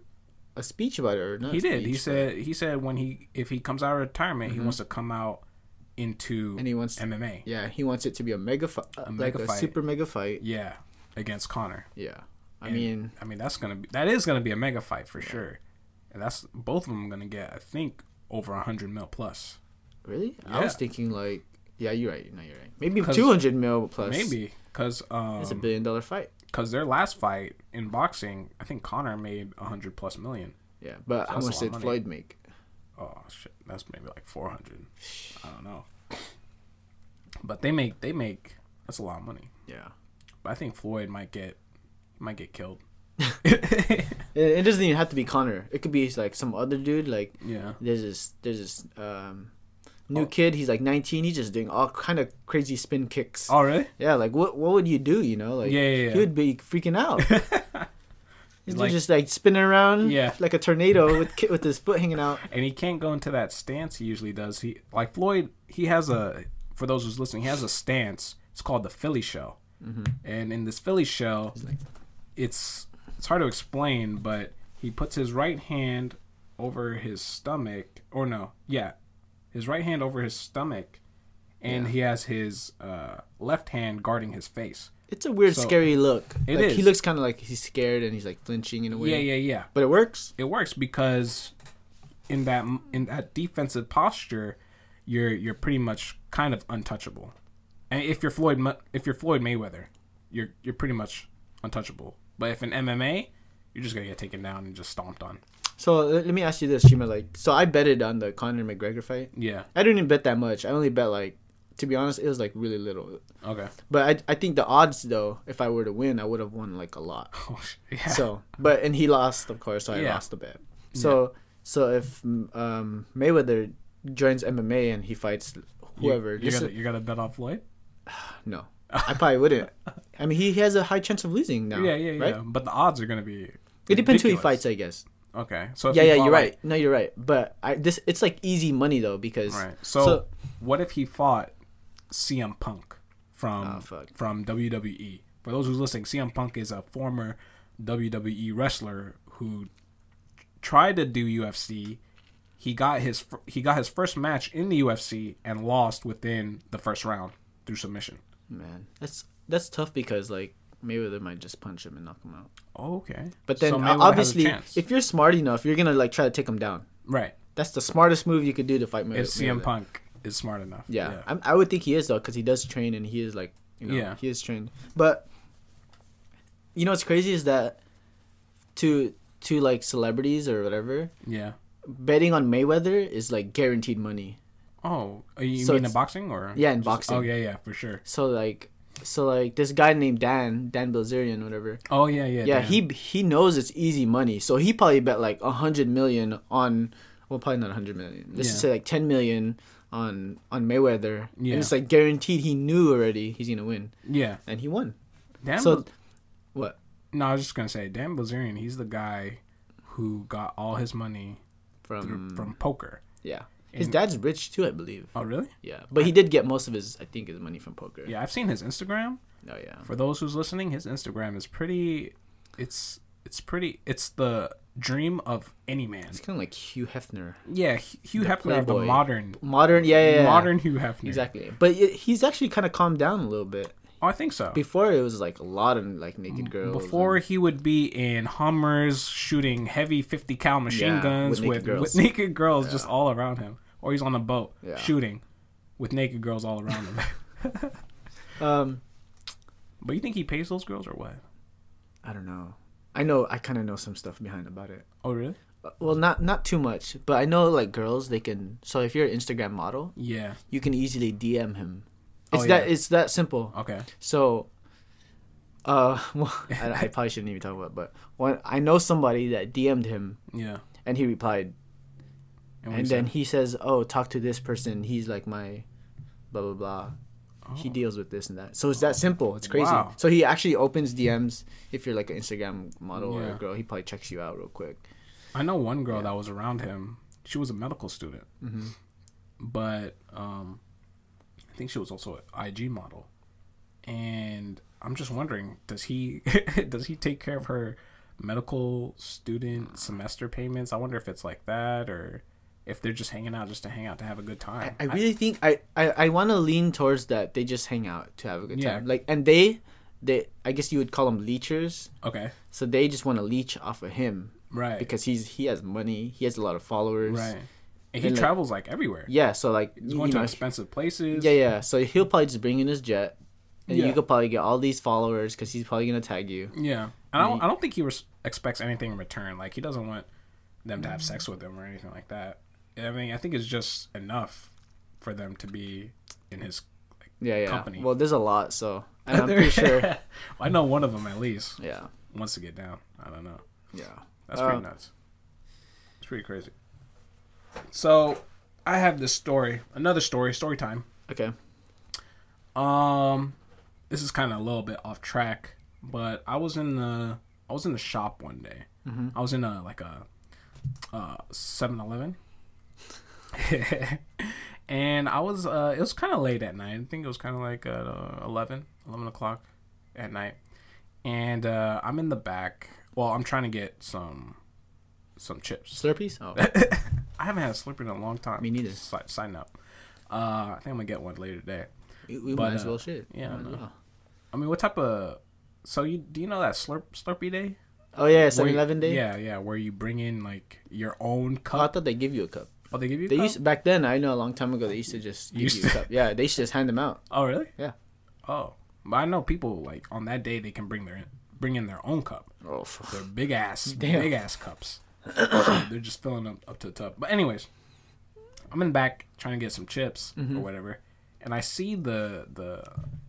Speaker 2: a speech about it. Or not
Speaker 1: he
Speaker 2: a
Speaker 1: did he
Speaker 2: speech,
Speaker 1: said he said when he if he comes out of retirement he wants to come out into
Speaker 2: and he wants
Speaker 1: mma Mm-hmm. yeah.
Speaker 2: yeah he wants it to be a mega fight, like
Speaker 1: mega
Speaker 2: a
Speaker 1: fight.
Speaker 2: super mega fight.
Speaker 1: against connor
Speaker 2: Yeah, I mean
Speaker 1: i mean that's gonna be that is gonna be a mega fight for sure and that's both of them gonna get i think over 100 mil plus
Speaker 2: really, I was
Speaker 1: Yeah.
Speaker 2: thinking like yeah you're right no you're right maybe
Speaker 1: 'Cause-
Speaker 2: two hundred mil plus
Speaker 1: maybe because um,
Speaker 2: it's a billion dollar fight.
Speaker 1: because their last fight in boxing, I think Connor made a hundred plus million.
Speaker 2: Yeah, but how
Speaker 1: that's a
Speaker 2: much
Speaker 1: lot of
Speaker 2: did
Speaker 1: money.
Speaker 2: Floyd make?
Speaker 1: Oh shit, that's maybe like four hundred. I don't know. But they make they make that's a lot of money.
Speaker 2: Yeah,
Speaker 1: But I think Floyd might get might get killed.
Speaker 2: it, it doesn't even have to be Connor. It could be like some other dude like
Speaker 1: yeah,
Speaker 2: there's this there's this um
Speaker 1: Oh.
Speaker 2: new kid he's like 19 he's just doing all kind of crazy spin kicks
Speaker 1: all right.
Speaker 2: yeah like what what would you do you know like
Speaker 1: Yeah, yeah, yeah.
Speaker 2: he would be freaking out he's
Speaker 1: Like-
Speaker 2: just like spinning around
Speaker 1: Yeah.
Speaker 2: like a tornado with ki- with his foot hanging out
Speaker 1: and he can't go into that stance he usually does. He like Floyd. He has a for those who's listening. He has a stance. It's called the Philly Shell, and in this Philly Shell, it's it's hard to explain, but he puts his right hand over his stomach, or no, yeah, his right hand over his stomach, and he has his uh, left hand guarding his face.
Speaker 2: it's a weird
Speaker 1: So-
Speaker 2: scary look
Speaker 1: It
Speaker 2: like he
Speaker 1: is.
Speaker 2: looks kind of like he's scared and he's like flinching in a way
Speaker 1: Yeah, yeah, yeah.
Speaker 2: but it works
Speaker 1: it works because in that in that defensive posture, you're you're pretty much kind of untouchable. And if you're Floyd Mu- if you're Floyd Mayweather, you're you're pretty much untouchable. But if in MMA, you're just gonna get taken down and just stomped on.
Speaker 2: so le- let me ask you this Shima like so I betted on the Conor McGregor fight
Speaker 1: Yeah.
Speaker 2: I didn't even bet that much I only bet like to be honest it was like really little
Speaker 1: Okay.
Speaker 2: But I, I think the odds though, if I were to win, I would have won like a lot.
Speaker 1: Oh, sh- yeah.
Speaker 2: So, but and he lost, of course, so I
Speaker 1: Yeah.
Speaker 2: lost the bet. So, so if um, Mayweather joins MMA and he fights whoever,
Speaker 1: you, you
Speaker 2: just-
Speaker 1: gotta you gotta bet on Floyd.
Speaker 2: no, I probably wouldn't. I mean, he has a high chance of losing now.
Speaker 1: Yeah, yeah, yeah.
Speaker 2: Oh, Right?
Speaker 1: But the odds are gonna be.
Speaker 2: It depends who he
Speaker 1: ridiculous.
Speaker 2: fights, I guess.
Speaker 1: Okay. So if
Speaker 2: Yeah,
Speaker 1: he
Speaker 2: yeah,
Speaker 1: fought,
Speaker 2: you're
Speaker 1: like-
Speaker 2: right. No, you're right. But I this it's like easy money though because
Speaker 1: Right. So, what if he fought CM Punk from
Speaker 2: Oh, fuck.
Speaker 1: from WWE? For those who's listening, CM Punk is a former WWE wrestler who tried to do UFC. He got his fir- he got his first match in the UFC and lost within the first round through submission.
Speaker 2: man, that's that's tough because like Mayweather might just punch him and knock him out.
Speaker 1: Okay,
Speaker 2: But then
Speaker 1: So
Speaker 2: uh,
Speaker 1: Mayweather has a
Speaker 2: obviously,
Speaker 1: chance.
Speaker 2: if you're smart enough, you're gonna like try to take him down.
Speaker 1: right,
Speaker 2: That's the smartest move you could do to fight Maywe- Mayweather.
Speaker 1: if CM Punk is smart enough,
Speaker 2: Yeah, I'm, I would think he is though, because he does train and he is like, you know,
Speaker 1: Yeah.
Speaker 2: he is trained. But you know what's crazy is that to to like celebrities or whatever,
Speaker 1: yeah.
Speaker 2: betting on Mayweather is like guaranteed money.
Speaker 1: Oh, you
Speaker 2: So
Speaker 1: mean in
Speaker 2: it's-
Speaker 1: boxing or
Speaker 2: Yeah, in
Speaker 1: Just-
Speaker 2: boxing.
Speaker 1: Oh yeah, yeah, for sure.
Speaker 2: So like, so like this guy named Dan, Dan Bilzerian, whatever.
Speaker 1: Oh yeah, yeah.
Speaker 2: Yeah,
Speaker 1: damn.
Speaker 2: he he knows it's easy money, so he probably bet like a hundred million on. Well, probably not a hundred million. Let's just
Speaker 1: Yeah.
Speaker 2: say like ten million on on Mayweather.
Speaker 1: Yeah.
Speaker 2: And it's like guaranteed. He knew already he's gonna win,
Speaker 1: Yeah.
Speaker 2: and he won.
Speaker 1: Dan
Speaker 2: so,
Speaker 1: Bil-
Speaker 2: what?
Speaker 1: no, I was just gonna say Dan Bilzerian. He's the guy who got all his money
Speaker 2: From
Speaker 1: through, from poker.
Speaker 2: yeah, his
Speaker 1: and-
Speaker 2: dad's rich too, I believe.
Speaker 1: Oh really?
Speaker 2: Yeah, but he did get most of his, I think, his money from poker.
Speaker 1: Yeah, I've seen his Instagram.
Speaker 2: Oh yeah.
Speaker 1: For those who's listening, his Instagram is pretty. It's it's pretty. It's the dream of any man.
Speaker 2: It's kind of like Hugh Hefner,
Speaker 1: Yeah, H- Hugh Hefner of the
Speaker 2: playboy.
Speaker 1: modern
Speaker 2: modern. Yeah, yeah, yeah.
Speaker 1: modern Hugh Hefner.
Speaker 2: Exactly. But it, he's actually kind of calmed down a little bit.
Speaker 1: Oh, I think so.
Speaker 2: Before it was like a lot of like naked girls. and-
Speaker 1: Mm, Before he would be in Hummers shooting heavy 50 cal machine
Speaker 2: Yeah,
Speaker 1: guns
Speaker 2: with naked
Speaker 1: with with naked girls,
Speaker 2: girls.
Speaker 1: just all around him, or he's on a boat
Speaker 2: Yeah.
Speaker 1: shooting with naked girls all around him.
Speaker 2: Um,
Speaker 1: but you think he pays those girls or what?
Speaker 2: I don't know. I know. I kind of know some stuff behind about it.
Speaker 1: Oh really?
Speaker 2: Uh, Well, not not too much, but I know like girls. They can. So if you're an Instagram model,
Speaker 1: Yeah.
Speaker 2: you can easily DM him.
Speaker 1: Oh,
Speaker 2: It's that.
Speaker 1: yeah.
Speaker 2: It's that simple.
Speaker 1: Okay.
Speaker 2: So, uh, well, I, I probably shouldn't even talk about. It, but one, I know somebody that DM'd him,
Speaker 1: Yeah.
Speaker 2: and he replied,
Speaker 1: And, what
Speaker 2: and
Speaker 1: he
Speaker 2: then
Speaker 1: said?
Speaker 2: he says, "Oh, talk to this person. He's like my, blah blah blah. He deals with this and that. So it's that simple. It's crazy.
Speaker 1: Oh. Wow.
Speaker 2: So he actually opens DMs. If you're like an Instagram model or
Speaker 1: Yeah.
Speaker 2: a girl, he probably checks you out real quick.
Speaker 1: I know one girl that was around him. She was a medical student,
Speaker 2: Mm-hmm.
Speaker 1: but um, I think she was also an IG model. And I'm just wondering, does he does he take care of her medical student semester payments? I wonder if it's like that, or if they're just hanging out just to hang out to have a good time.
Speaker 2: I really think I I, I want to lean towards that. They just hang out to have a good
Speaker 1: Yeah.
Speaker 2: time. Like and they they I guess you would call them leechers.
Speaker 1: okay,
Speaker 2: So they just want to leech off of him
Speaker 1: right,
Speaker 2: because he's he has money. He has a lot of followers.
Speaker 1: right. And he
Speaker 2: and, like-
Speaker 1: travels like everywhere.
Speaker 2: Yeah. So like
Speaker 1: He's
Speaker 2: you
Speaker 1: going to
Speaker 2: know,
Speaker 1: expensive places.
Speaker 2: Yeah, yeah. So he'll probably just bring in his jet, and
Speaker 1: Yeah.
Speaker 2: you could probably get all these followers because he's probably gonna tag you.
Speaker 1: Yeah, and I don't, I don't think he res- expects anything in return. Like he doesn't want them to have
Speaker 2: Mm-hmm.
Speaker 1: sex with him or anything like that. I mean, I think it's just enough for them to be in his. Like,
Speaker 2: Yeah, yeah.
Speaker 1: Company.
Speaker 2: Well, there's a lot, so and I'm pretty sure.
Speaker 1: I know one of them at least
Speaker 2: Yeah,
Speaker 1: wants to get down. I don't know.
Speaker 2: yeah.
Speaker 1: That's pretty
Speaker 2: Uh,
Speaker 1: nuts. It's pretty crazy. So, I have this story. Another story. Story time.
Speaker 2: Okay.
Speaker 1: Um, this is kind of a little bit off track, but I was in the I was in the shop one day.
Speaker 2: Mm-hmm.
Speaker 1: I was in a like a uh 7-Eleven. and I was uh it was kind of late at night. I think it was kind of like uh, 11, 11 o'clock at night. And uh I'm in the back. Well, I'm trying to get some some chips.
Speaker 2: Slurpees. Oh,
Speaker 1: I haven't had a slurpee in a long time.
Speaker 2: Me neither.
Speaker 1: Si- sign up. Uh I think I'm going to get one later today.
Speaker 2: we, we
Speaker 1: But,
Speaker 2: might as
Speaker 1: uh,
Speaker 2: well shit.
Speaker 1: yeah,
Speaker 2: Might as
Speaker 1: no.
Speaker 2: well.
Speaker 1: I mean, what type of? So you do you know that slurp slurpee day?
Speaker 2: Oh yeah,
Speaker 1: Where
Speaker 2: Seven
Speaker 1: you-
Speaker 2: Eleven day.
Speaker 1: Yeah, yeah, where you bring in like your own
Speaker 2: Oh, I
Speaker 1: cup.
Speaker 2: thought they give you a cup.
Speaker 1: Oh, they give you. A
Speaker 2: They
Speaker 1: cup?
Speaker 2: used back then. I know a long time ago they used to just give
Speaker 1: Used
Speaker 2: you a
Speaker 1: to.
Speaker 2: cup. Yeah, they used to just hand them out.
Speaker 1: Oh, really?
Speaker 2: Yeah.
Speaker 1: Oh, but I know people like on that day they can bring their bring in their own cup.
Speaker 2: Oh, f-
Speaker 1: They're big ass,
Speaker 2: Damn.
Speaker 1: big ass cups. So they're just filling up up to the top. But anyways, I'm in the back trying to get some chips
Speaker 2: Mm-hmm.
Speaker 1: or whatever, and I see the the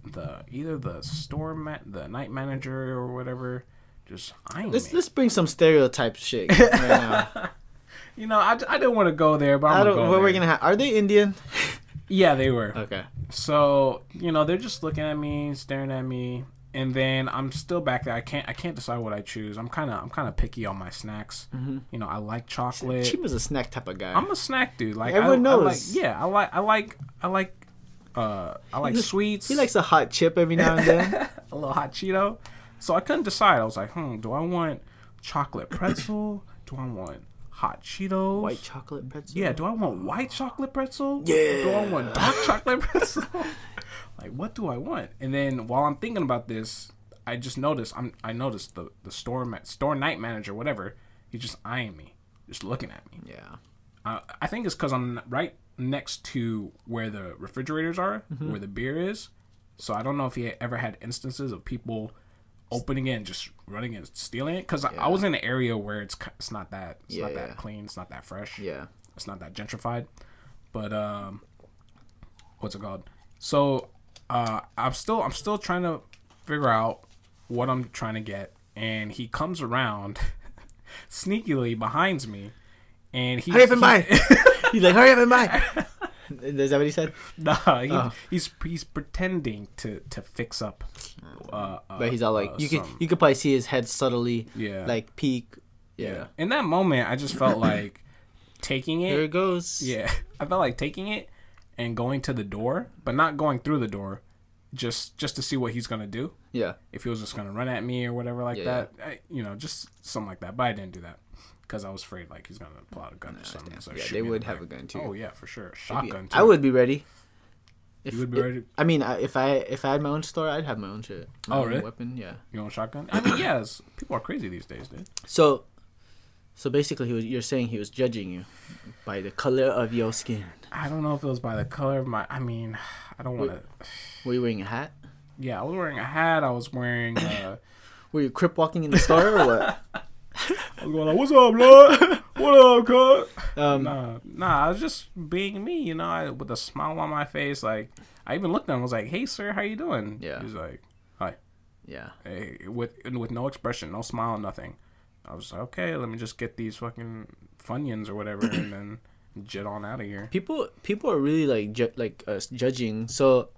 Speaker 1: the either the store ma- the night manager or whatever just eyeing
Speaker 2: let's
Speaker 1: me.
Speaker 2: let's bring some stereotype shit. Right now.
Speaker 1: You know, I, I didn't want to go there, but I'm
Speaker 2: I
Speaker 1: gonna
Speaker 2: don't.
Speaker 1: go
Speaker 2: What we're
Speaker 1: there.
Speaker 2: gonna have? Are they Indian?
Speaker 1: Yeah, they were.
Speaker 2: Okay.
Speaker 1: So you know, they're just looking at me, staring at me, and then I'm still back there. I can't I can't decide what I choose. I'm kind of I'm kind of picky on my snacks.
Speaker 2: Mm-hmm.
Speaker 1: You know, I like chocolate.
Speaker 2: Cheap is a snack type of guy.
Speaker 1: I'm a snack dude. Like
Speaker 2: Everyone
Speaker 1: I, I like-
Speaker 2: knows.
Speaker 1: yeah, I like I like I like uh I like sweets.
Speaker 2: he likes a hot chip every now and then.
Speaker 1: a little hot Cheeto. So I couldn't decide. I was like, hmm, do I want chocolate pretzel? do I want hot Cheetos?
Speaker 2: White chocolate pretzel.
Speaker 1: Yeah, do I want white chocolate pretzel? Yeah. Do I want dark chocolate pretzel? like, what do I want? And then while I'm thinking about this, I just noticed I'm I noticed the the store ma- store night manager whatever he's just eyeing me, just looking at me.
Speaker 2: Yeah.
Speaker 1: I, I think it's because I'm right next to where the refrigerators are,
Speaker 2: Mm-hmm.
Speaker 1: where the beer is. So I don't know if he ever had instances of people opening it and just running and stealing it. Because I was in an area where it's ki- it's not that it's
Speaker 2: Yeah,
Speaker 1: not
Speaker 2: yeah.
Speaker 1: that clean, it's not that fresh
Speaker 2: Yeah.
Speaker 1: it's not that gentrified but um what's it called so uh, I'm still I'm still trying to figure out what I'm trying to get, and he comes around sneakily behind me, and he
Speaker 2: Hurry up and
Speaker 1: he-
Speaker 2: buy. He's like, hurry up and buy. Is that what he said?
Speaker 1: Nah, he,
Speaker 2: Oh.
Speaker 1: he's he's pretending to to fix up. Uh, uh,
Speaker 2: But he's all like,
Speaker 1: uh,
Speaker 2: you could
Speaker 1: some-
Speaker 2: you could probably see his head subtly,
Speaker 1: Yeah.
Speaker 2: like peek. Yeah.
Speaker 1: yeah. In that moment, I just felt like taking it.
Speaker 2: There it goes.
Speaker 1: Yeah, I felt like taking it and going to the door, but not going through the door, just just to see what he's gonna do.
Speaker 2: Yeah.
Speaker 1: If he was just gonna run at me or whatever like
Speaker 2: Yeah.
Speaker 1: that, I, you know, just something like that. But I didn't do that because I was afraid like he's gonna pull out a gun or something. So
Speaker 2: Yeah,
Speaker 1: shoot
Speaker 2: they
Speaker 1: me in the
Speaker 2: would have
Speaker 1: back.
Speaker 2: a gun too.
Speaker 1: Oh yeah, for sure, shotgun. Too.
Speaker 2: I would be ready. If,
Speaker 1: You would be
Speaker 2: if-
Speaker 1: ready.
Speaker 2: I mean, I- if I if I had my own store, I'd have my own shit. My
Speaker 1: Oh,
Speaker 2: own
Speaker 1: really?
Speaker 2: Weapon, yeah.
Speaker 1: You want a shotgun? I mean, yes. People are crazy these days, dude.
Speaker 2: So, so basically, he was, you're saying he was judging you by the color of your skin.
Speaker 1: I don't know if it was by the color of my. I mean, I don't want to.
Speaker 2: Were you wearing a hat?
Speaker 1: Yeah, I was wearing a hat. I was wearing. Uh,
Speaker 2: Were you crip walking in the store or what?
Speaker 1: I was going like, "What's up, blood? What up, cut?"
Speaker 2: Um,
Speaker 1: Nah, nah, I was just being me, you know, I, with a smile on my face. Like, I even looked at him. I was like, "Hey, sir, how you doing?"
Speaker 2: Yeah.
Speaker 1: He's like, "Hi,"
Speaker 2: Yeah.
Speaker 1: hey, with and with no expression, no smile, nothing. I was like, "Okay, let me just get these fucking funyuns or whatever, and then jet on out of here."
Speaker 2: People people are really like ju- like uh, judging. So,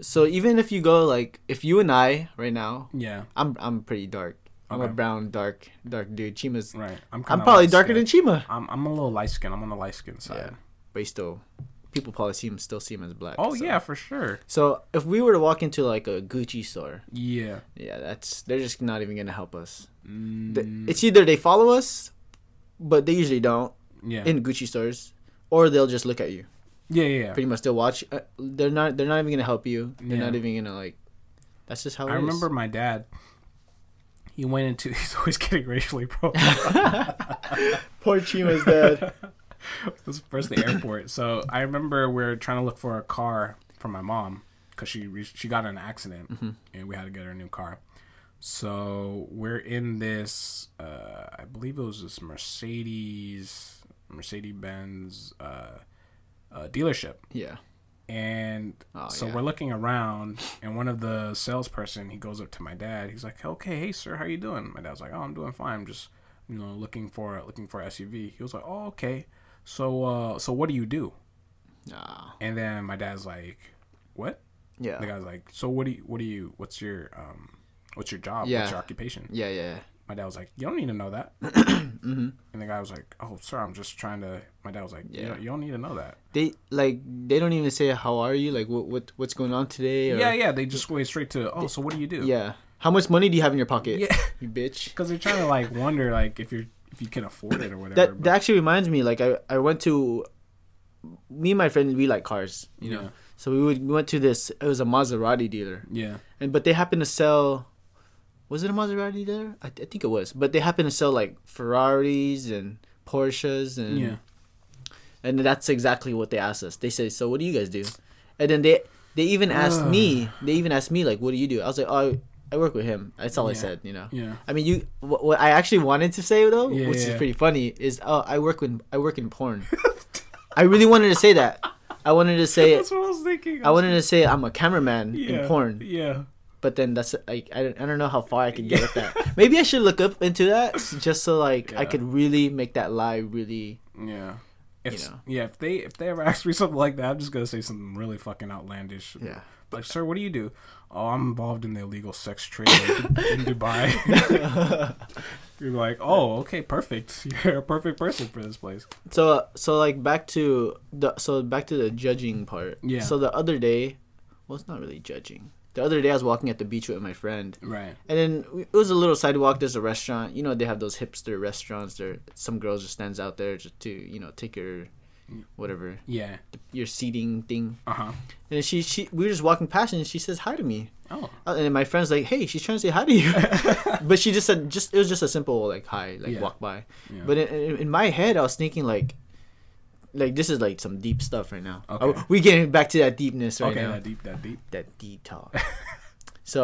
Speaker 2: so even if you go like if you and I right now,
Speaker 1: Yeah,
Speaker 2: I'm I'm pretty dark. I'm a
Speaker 1: Okay.
Speaker 2: brown dark dark dude. Chima's.
Speaker 1: right. I'm.
Speaker 2: I'm
Speaker 1: kinda
Speaker 2: probably
Speaker 1: light
Speaker 2: darker
Speaker 1: skin.
Speaker 2: than Chima.
Speaker 1: I'm. I'm a little light skin. I'm on the light skin side.
Speaker 2: Yeah. But he still, people probably see him still see him as black.
Speaker 1: Oh
Speaker 2: so-
Speaker 1: yeah, for sure.
Speaker 2: So if we were to walk into like a Gucci store,
Speaker 1: Yeah.
Speaker 2: yeah, that's they're just not even gonna help us. Th-
Speaker 1: Mm,
Speaker 2: It's either they follow us, but they usually don't
Speaker 1: yeah.
Speaker 2: in Gucci stores, or they'll just look at you.
Speaker 1: yeah. Yeah. Yeah.
Speaker 2: Pretty much, they'll watch. Uh, they're not. They're not even gonna help you. They're
Speaker 1: Yeah.
Speaker 2: not even gonna like. That's just how it
Speaker 1: I
Speaker 2: is.
Speaker 1: remember my dad. He went into. He's always getting racially pro.
Speaker 2: Poor Chima's dad.
Speaker 1: It was first the airport. So I remember we are trying to look for a car for my mom because she re- she got in an accident and we had to get her a new car. So we're in this, uh, I believe it was this Mercedes Mercedes Benz uh, uh, dealership,
Speaker 2: yeah.
Speaker 1: and
Speaker 2: Oh,
Speaker 1: so
Speaker 2: yeah.
Speaker 1: we're looking around, and one of the salesperson he goes up to my dad. He's like, "Okay, hey sir, how you doing?" My dad's like, "Oh, I'm doing fine. I'm just you know looking for looking for a SUV." He was like, "Oh, okay. So uh, so what do you do?"
Speaker 2: Nah.
Speaker 1: And then my dad's like, "What?"
Speaker 2: Yeah.
Speaker 1: The guy's like, "So what do you what do you what's your um what's your job?
Speaker 2: Yeah.
Speaker 1: What's your occupation?"
Speaker 2: Yeah. Yeah.
Speaker 1: My dad was like, "You don't need to know that." And the guy was like, "Oh, sir, I'm just trying to." My dad was like, "Yeah,
Speaker 2: Mm-hmm. Yeah.
Speaker 1: you don't need to know that."
Speaker 2: They like they don't even say how are you like what what what's going on today or
Speaker 1: Yeah, yeah. They just went straight to, "Oh, so what do you do?"
Speaker 2: Yeah. How much money do you have in your pocket?
Speaker 1: Yeah.
Speaker 2: You bitch.
Speaker 1: because they're trying to like wonder like if you're if you can afford it or whatever.
Speaker 2: That that actually reminds me. Like I I went to me and my friend we like cars. You know.
Speaker 1: Yeah.
Speaker 2: So we would we went to this. It was a Maserati dealer,
Speaker 1: yeah,
Speaker 2: and but they happened to sell. Was it a Maserati dealer? I, I think it was. But they happened to sell like Ferraris and Porsches and
Speaker 1: yeah,
Speaker 2: and that's exactly what they asked us. They said, "So what do you guys do?" And then they they even asked me. They even asked me like, "What do you do?" I was like, "Oh, I, I work with him." That's all I
Speaker 1: Yeah.
Speaker 2: said. You know.
Speaker 1: yeah,
Speaker 2: I mean, you. What, what I actually wanted to say though,
Speaker 1: Yeah,
Speaker 2: which
Speaker 1: yeah.
Speaker 2: is pretty funny, is oh, I work with I work in porn. I really wanted to say that. I wanted to say
Speaker 1: That's what I was thinking.
Speaker 2: I wanted to say I'm a cameraman
Speaker 1: yeah.
Speaker 2: in porn,
Speaker 1: Yeah,
Speaker 2: but then that's like I don't, I don't know how far I can get with that. Maybe I should look up into that just so like I
Speaker 1: Yeah.
Speaker 2: could really make that lie really.
Speaker 1: yeah. If
Speaker 2: know.
Speaker 1: yeah, if they if they ever ask me something like that, I'm just gonna say something really fucking outlandish.
Speaker 2: Yeah.
Speaker 1: Like, sir, what do you do? Oh, I'm involved in the illegal sex trade in Dubai. You're like, oh, okay, perfect. You're a perfect person for this place.
Speaker 2: So so like back to the so back to the judging part.
Speaker 1: Yeah.
Speaker 2: So the other day, well, it's not really judging. The other day, I was walking at the beach with my friend,
Speaker 1: Right.
Speaker 2: And then we- it was a little sidewalk. There's a restaurant. You know, they have those hipster restaurants. There, some girls just stands out there just to you know take your
Speaker 1: Mm.
Speaker 2: whatever
Speaker 1: Yeah.
Speaker 2: your seating thing.
Speaker 1: Uh huh.
Speaker 2: And she she we were just walking past and she says hi to me.
Speaker 1: Oh.
Speaker 2: Uh, And then my friend's like, "Hey, she's trying to say hi to you," but she just said just it was just a simple like hi, like
Speaker 1: Yeah.
Speaker 2: walk by.
Speaker 1: Yeah.
Speaker 2: But in, in, in my head, I was thinking like. Like this is like some deep stuff right now.
Speaker 1: Okay.
Speaker 2: Uh, we getting back to that deepness right
Speaker 1: Okay.
Speaker 2: now
Speaker 1: That deep. That deep.
Speaker 2: that detox. so,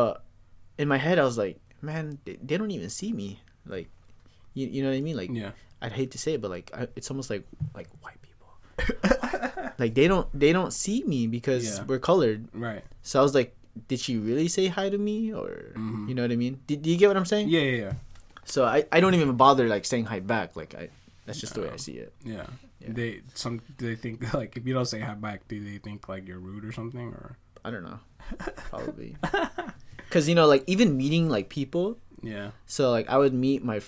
Speaker 2: in my head, I was like, man, they, they don't even see me. Like, you, you know what I mean? Like,
Speaker 1: Yeah.
Speaker 2: I'd hate to say it, but like, I, it's almost like like white people. like they don't they don't see me because
Speaker 1: Yeah.
Speaker 2: we're colored.
Speaker 1: Right.
Speaker 2: So I was like, did she really say hi to me or you know what I mean? Did, do you get what I'm saying?
Speaker 1: Mm-hmm. Yeah, yeah, yeah.
Speaker 2: So I, I don't even bother like saying hi back. Like I that's just
Speaker 1: Oh.
Speaker 2: the way I see it.
Speaker 1: Yeah. They some do they think like if you don't say hi back, do they think like you're rude or something or
Speaker 2: I don't know. Probably. Cuz you know like even meeting like people,
Speaker 1: yeah.
Speaker 2: so like I would meet my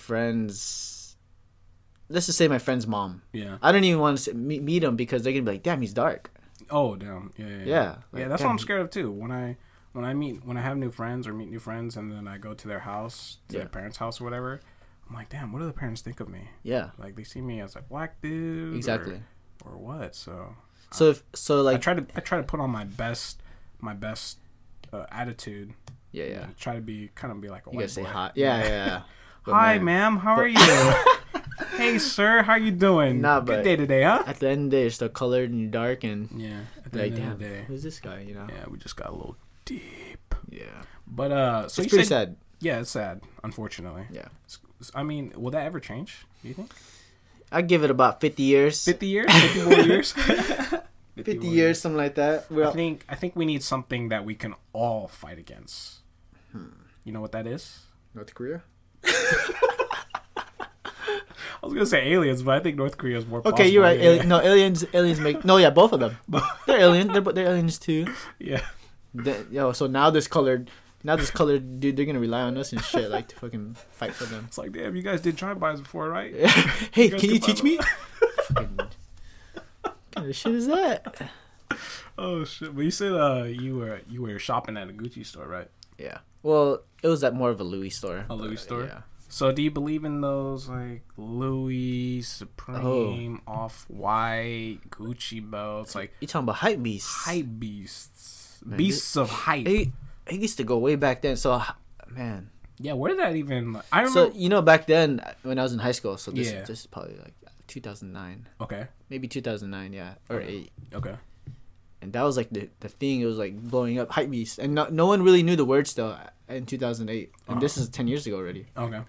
Speaker 2: friends let's just say my friend's mom.
Speaker 1: Yeah.
Speaker 2: I don't even want to say, meet, meet him because they're going to be like, "Damn, he's dark."
Speaker 1: Oh damn. Yeah. Yeah. Yeah.
Speaker 2: Yeah,
Speaker 1: Yeah,
Speaker 2: like,
Speaker 1: that's what I'm
Speaker 2: damn.
Speaker 1: scared of too. When I when I meet when I have new friends or meet new friends and then I go to their house, to
Speaker 2: Yeah.
Speaker 1: their parents' house or whatever, I'm like, damn, what do the parents think of me?
Speaker 2: Yeah.
Speaker 1: Like they see me as a black dude. or-
Speaker 2: Exactly.
Speaker 1: Or, what? So
Speaker 2: So if so
Speaker 1: I
Speaker 2: like
Speaker 1: try to I try to put on my best my best uh, attitude.
Speaker 2: yeah, yeah.
Speaker 1: and Try to be kind of be like a
Speaker 2: You
Speaker 1: white
Speaker 2: gotta say
Speaker 1: boy.
Speaker 2: hi. Yeah, yeah. yeah. But
Speaker 1: Hi,
Speaker 2: man,
Speaker 1: ma'am. How are you? hey, sir. How you doing?
Speaker 2: Nah,
Speaker 1: Good
Speaker 2: but-
Speaker 1: day today, huh?
Speaker 2: At the end of the day, you're still colored and dark and
Speaker 1: Yeah. At the
Speaker 2: like,
Speaker 1: end
Speaker 2: damn,
Speaker 1: of the day.
Speaker 2: who's this guy? You know?
Speaker 1: Yeah, we just got a little deep.
Speaker 2: Yeah.
Speaker 1: But uh, so
Speaker 2: it's
Speaker 1: you
Speaker 2: pretty
Speaker 1: said,
Speaker 2: sad.
Speaker 1: yeah, it's sad, unfortunately.
Speaker 2: Yeah.
Speaker 1: S- I mean, will that ever change? Do you think?
Speaker 2: I give it about fifty years. 50,
Speaker 1: Fifty years, fifty more years, fifty more
Speaker 2: years, something like that. We're
Speaker 1: I
Speaker 2: all-
Speaker 1: think I think we need something that we can all fight against.
Speaker 2: Hmm.
Speaker 1: You know what that is?
Speaker 2: North Korea.
Speaker 1: I was gonna say aliens, but I think North Korea is more.
Speaker 2: Okay, you're right.
Speaker 1: possible.
Speaker 2: Ali- no, aliens. Aliens make no. Yeah, both of them. they're aliens. They're, bo- they're aliens too.
Speaker 1: Yeah. yeah.
Speaker 2: They, yo, so now this colored, now this colored dude, they're gonna rely on us and shit, like to fucking fight for them.
Speaker 1: It's like, damn, you guys did drive-bys before, right?
Speaker 2: hey,
Speaker 1: guys
Speaker 2: can you
Speaker 1: can
Speaker 2: teach
Speaker 1: buy
Speaker 2: me? Fucking- what kind of shit is that?
Speaker 1: Oh shit! But you said uh, you were you were shopping at a Gucci store, right?
Speaker 2: Yeah. Well, it was at more of a Louis store.
Speaker 1: A Louis
Speaker 2: but,
Speaker 1: store?
Speaker 2: Yeah.
Speaker 1: So do you believe in those like Louis Supreme
Speaker 2: Oh.
Speaker 1: Off White Gucci belts, like
Speaker 2: You talking about hype beasts?
Speaker 1: hype beasts,
Speaker 2: Man,
Speaker 1: beasts of hype?
Speaker 2: It, it used to go way back then. So, h- man.
Speaker 1: yeah, where did that even? I
Speaker 2: So
Speaker 1: remember.
Speaker 2: you know, back then uh, when I was in high school, so this
Speaker 1: Yeah.
Speaker 2: this is probably like 2009,
Speaker 1: okay,
Speaker 2: maybe 2009, yeah, or eight.
Speaker 1: okay,
Speaker 2: And that was like the, the thing. It was like blowing up hype beast, and no, no one really knew the words though uh, in 2008. And this is 10 years ago already.
Speaker 1: okay.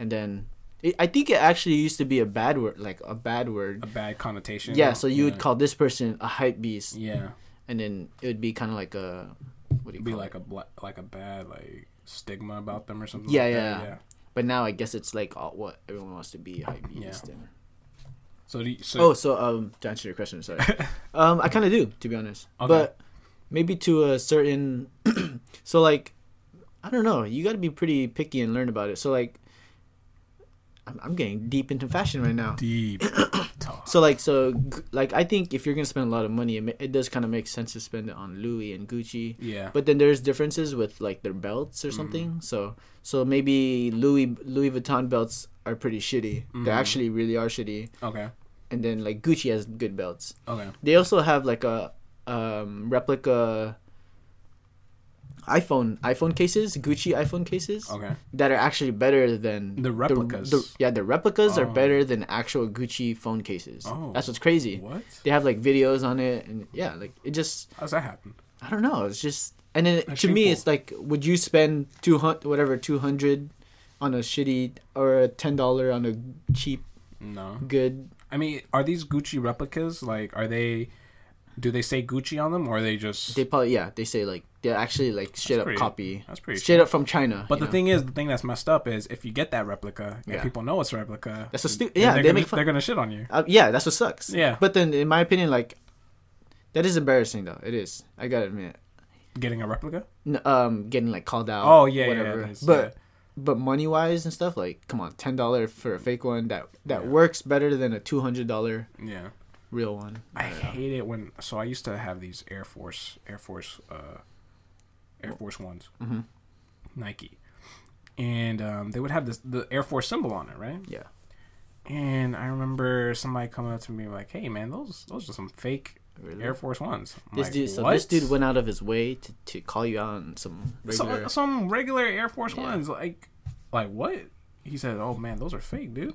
Speaker 2: And then it, I think it actually used to be a bad word, like a bad word.
Speaker 1: A bad connotation.
Speaker 2: yeah, so you would
Speaker 1: Yeah.
Speaker 2: call this person a hype beast,
Speaker 1: Yeah,
Speaker 2: and then it would be kind of like a what do
Speaker 1: it'd
Speaker 2: you
Speaker 1: be
Speaker 2: call
Speaker 1: like
Speaker 2: it?
Speaker 1: a bla- like a bad like stigma about them or something.
Speaker 2: Yeah,
Speaker 1: like
Speaker 2: yeah.
Speaker 1: That. yeah.
Speaker 2: But now I guess it's like all, what everyone wants to be a hype beast. And,
Speaker 1: So do you, so
Speaker 2: Oh, so um, to answer your question, sorry. um, I kind of do, to be honest.
Speaker 1: Okay.
Speaker 2: But maybe to a certain, so like, I don't know. You got to be pretty picky and learn about it. So like, I'm, I'm getting deep into fashion right now.
Speaker 1: deep talk.
Speaker 2: So like, so g- like, I think if you're gonna spend a lot of money, it, ma- it does kind of make sense to spend it on Louis and Gucci.
Speaker 1: Yeah.
Speaker 2: But then there's differences with like their belts or something. So so maybe Louis Louis Vuitton belts are pretty shitty. They actually really are shitty.
Speaker 1: Okay.
Speaker 2: And then like Gucci has good belts
Speaker 1: Okay.
Speaker 2: they also have like a um, replica iPhone iPhone cases, Gucci iPhone cases
Speaker 1: Okay.
Speaker 2: that are actually better than
Speaker 1: The replicas.
Speaker 2: the- yeah, the replicas are
Speaker 1: Oh.
Speaker 2: better than actual Gucci phone cases.
Speaker 1: Oh.
Speaker 2: That's what's crazy.
Speaker 1: What?
Speaker 2: They have like videos on it, and yeah, like it just
Speaker 1: How's that happen?
Speaker 2: I don't know. It's just and then to
Speaker 1: That's
Speaker 2: me,
Speaker 1: shameful.
Speaker 2: it's like would you spend two hundred whatever two hundred on a shitty or a ten dollar on a cheap
Speaker 1: No.
Speaker 2: good?
Speaker 1: I mean, are these Gucci replicas? Like, are they? Do they say Gucci on them, or are they just?
Speaker 2: They probably yeah they say like they're actually like straight up
Speaker 1: pretty-
Speaker 2: copy.
Speaker 1: that's pretty
Speaker 2: straight up from China.
Speaker 1: but
Speaker 2: you
Speaker 1: the
Speaker 2: know?
Speaker 1: thing is, the thing that's messed up is if you get that replica and
Speaker 2: Yeah.
Speaker 1: people know it's a replica,
Speaker 2: That's a stu-
Speaker 1: then
Speaker 2: yeah,
Speaker 1: they're
Speaker 2: they
Speaker 1: gonna,
Speaker 2: make fun-
Speaker 1: they're gonna shit on you.
Speaker 2: Uh, yeah, that's what sucks.
Speaker 1: Yeah.
Speaker 2: But then, in my opinion, like, that is embarrassing though. It is. I gotta admit,
Speaker 1: Getting a replica?
Speaker 2: N- um, getting like called out.
Speaker 1: Oh, yeah, yeah, that is-
Speaker 2: but
Speaker 1: yeah.
Speaker 2: but money wise and stuff, like, come on, ten dollar for a fake one that that works better than a two hundred dollar
Speaker 1: Yeah.
Speaker 2: real one.
Speaker 1: I hate it when. So I used to have these Air Force, Air Force, uh, Air Force ones, mm-hmm. Nike, and um, they would have this the Air Force symbol on it, right?
Speaker 2: Yeah.
Speaker 1: And I remember somebody coming up to me like, "Hey, man, those those are some fake
Speaker 2: Really?
Speaker 1: Air Force ones." I'm
Speaker 2: This
Speaker 1: like,
Speaker 2: dude, so
Speaker 1: "What?"
Speaker 2: this dude went out of his way to, to call you out on some regular.
Speaker 1: some, uh, some regular Air Force Ones. Like, like what? He said, "Oh man, those are fake, dude."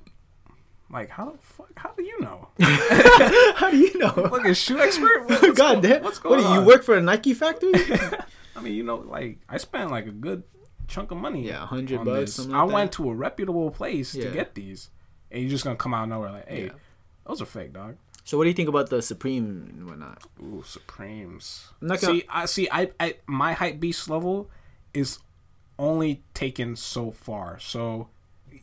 Speaker 1: Like, how the fuck? How do you know?
Speaker 2: How do you know?
Speaker 1: like a shoe expert? What- What's
Speaker 2: God
Speaker 1: go-
Speaker 2: damn!
Speaker 1: What's
Speaker 2: what
Speaker 1: going
Speaker 2: do you
Speaker 1: on?
Speaker 2: work for a Nike factory?
Speaker 1: I mean, you know, like I spent like a good chunk of money.
Speaker 2: Yeah, 100
Speaker 1: on
Speaker 2: bucks,
Speaker 1: this.
Speaker 2: something
Speaker 1: I
Speaker 2: like
Speaker 1: went to a reputable place
Speaker 2: Yeah.
Speaker 1: to get these, and you're just gonna come out of nowhere like, "Hey,
Speaker 2: Yeah.
Speaker 1: those are fake, dog."
Speaker 2: So what do you think about the Supreme and whatnot?
Speaker 1: Ooh, Supremes.
Speaker 2: I'm not gonna-
Speaker 1: see, I see. I, I my hype beast level is only taken so far. So,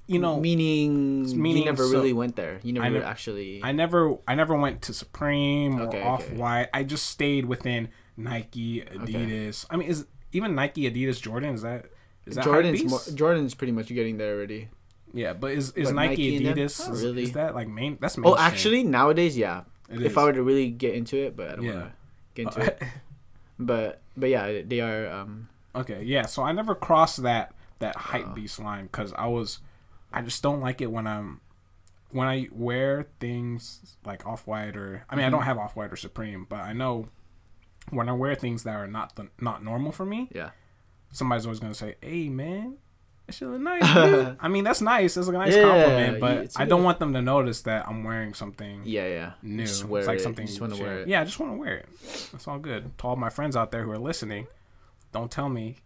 Speaker 1: you know,
Speaker 2: meaning,
Speaker 1: meaning
Speaker 2: you never
Speaker 1: so-
Speaker 2: really went there. You never
Speaker 1: never-
Speaker 2: actually.
Speaker 1: I never I never went to Supreme
Speaker 2: Okay, okay.
Speaker 1: or Off White. I just stayed within Nike, Adidas. I mean, is even Nike, Adidas, Jordan? Is that is that
Speaker 2: Jordan's
Speaker 1: hypebeast?
Speaker 2: more, Jordan's pretty much getting there already.
Speaker 1: Yeah, but is is
Speaker 2: What,
Speaker 1: Nike,
Speaker 2: Nike and them?
Speaker 1: Adidas
Speaker 2: Not
Speaker 1: is,
Speaker 2: really.
Speaker 1: is that like main? That's main.
Speaker 2: Oh, actually, nowadays, yeah.
Speaker 1: It
Speaker 2: if
Speaker 1: is.
Speaker 2: I were to really get into it, but I don't
Speaker 1: Yeah.
Speaker 2: want to get into it. But but yeah, they are. Um,
Speaker 1: Okay, yeah. So I never crossed that that hype beast line because I was, I just don't like it when I'm, when I wear things like off white or I mean I
Speaker 2: Mm-hmm.
Speaker 1: don't have off white or Supreme, but I know when I wear things that are not the not normal for me,
Speaker 2: yeah.
Speaker 1: somebody's always gonna say, "Hey, man." That shit look nice. dude." I mean, that's nice. That's a nice
Speaker 2: Yeah,
Speaker 1: compliment,
Speaker 2: it's
Speaker 1: but I
Speaker 2: good.
Speaker 1: don't want them to notice that I'm wearing something
Speaker 2: Yeah, yeah.
Speaker 1: new.
Speaker 2: Just wear
Speaker 1: it's like
Speaker 2: it.
Speaker 1: something
Speaker 2: You just want to
Speaker 1: shit.
Speaker 2: wear it.
Speaker 1: Yeah, I just want to wear it. That's all good. To all my friends out there who are listening, don't tell me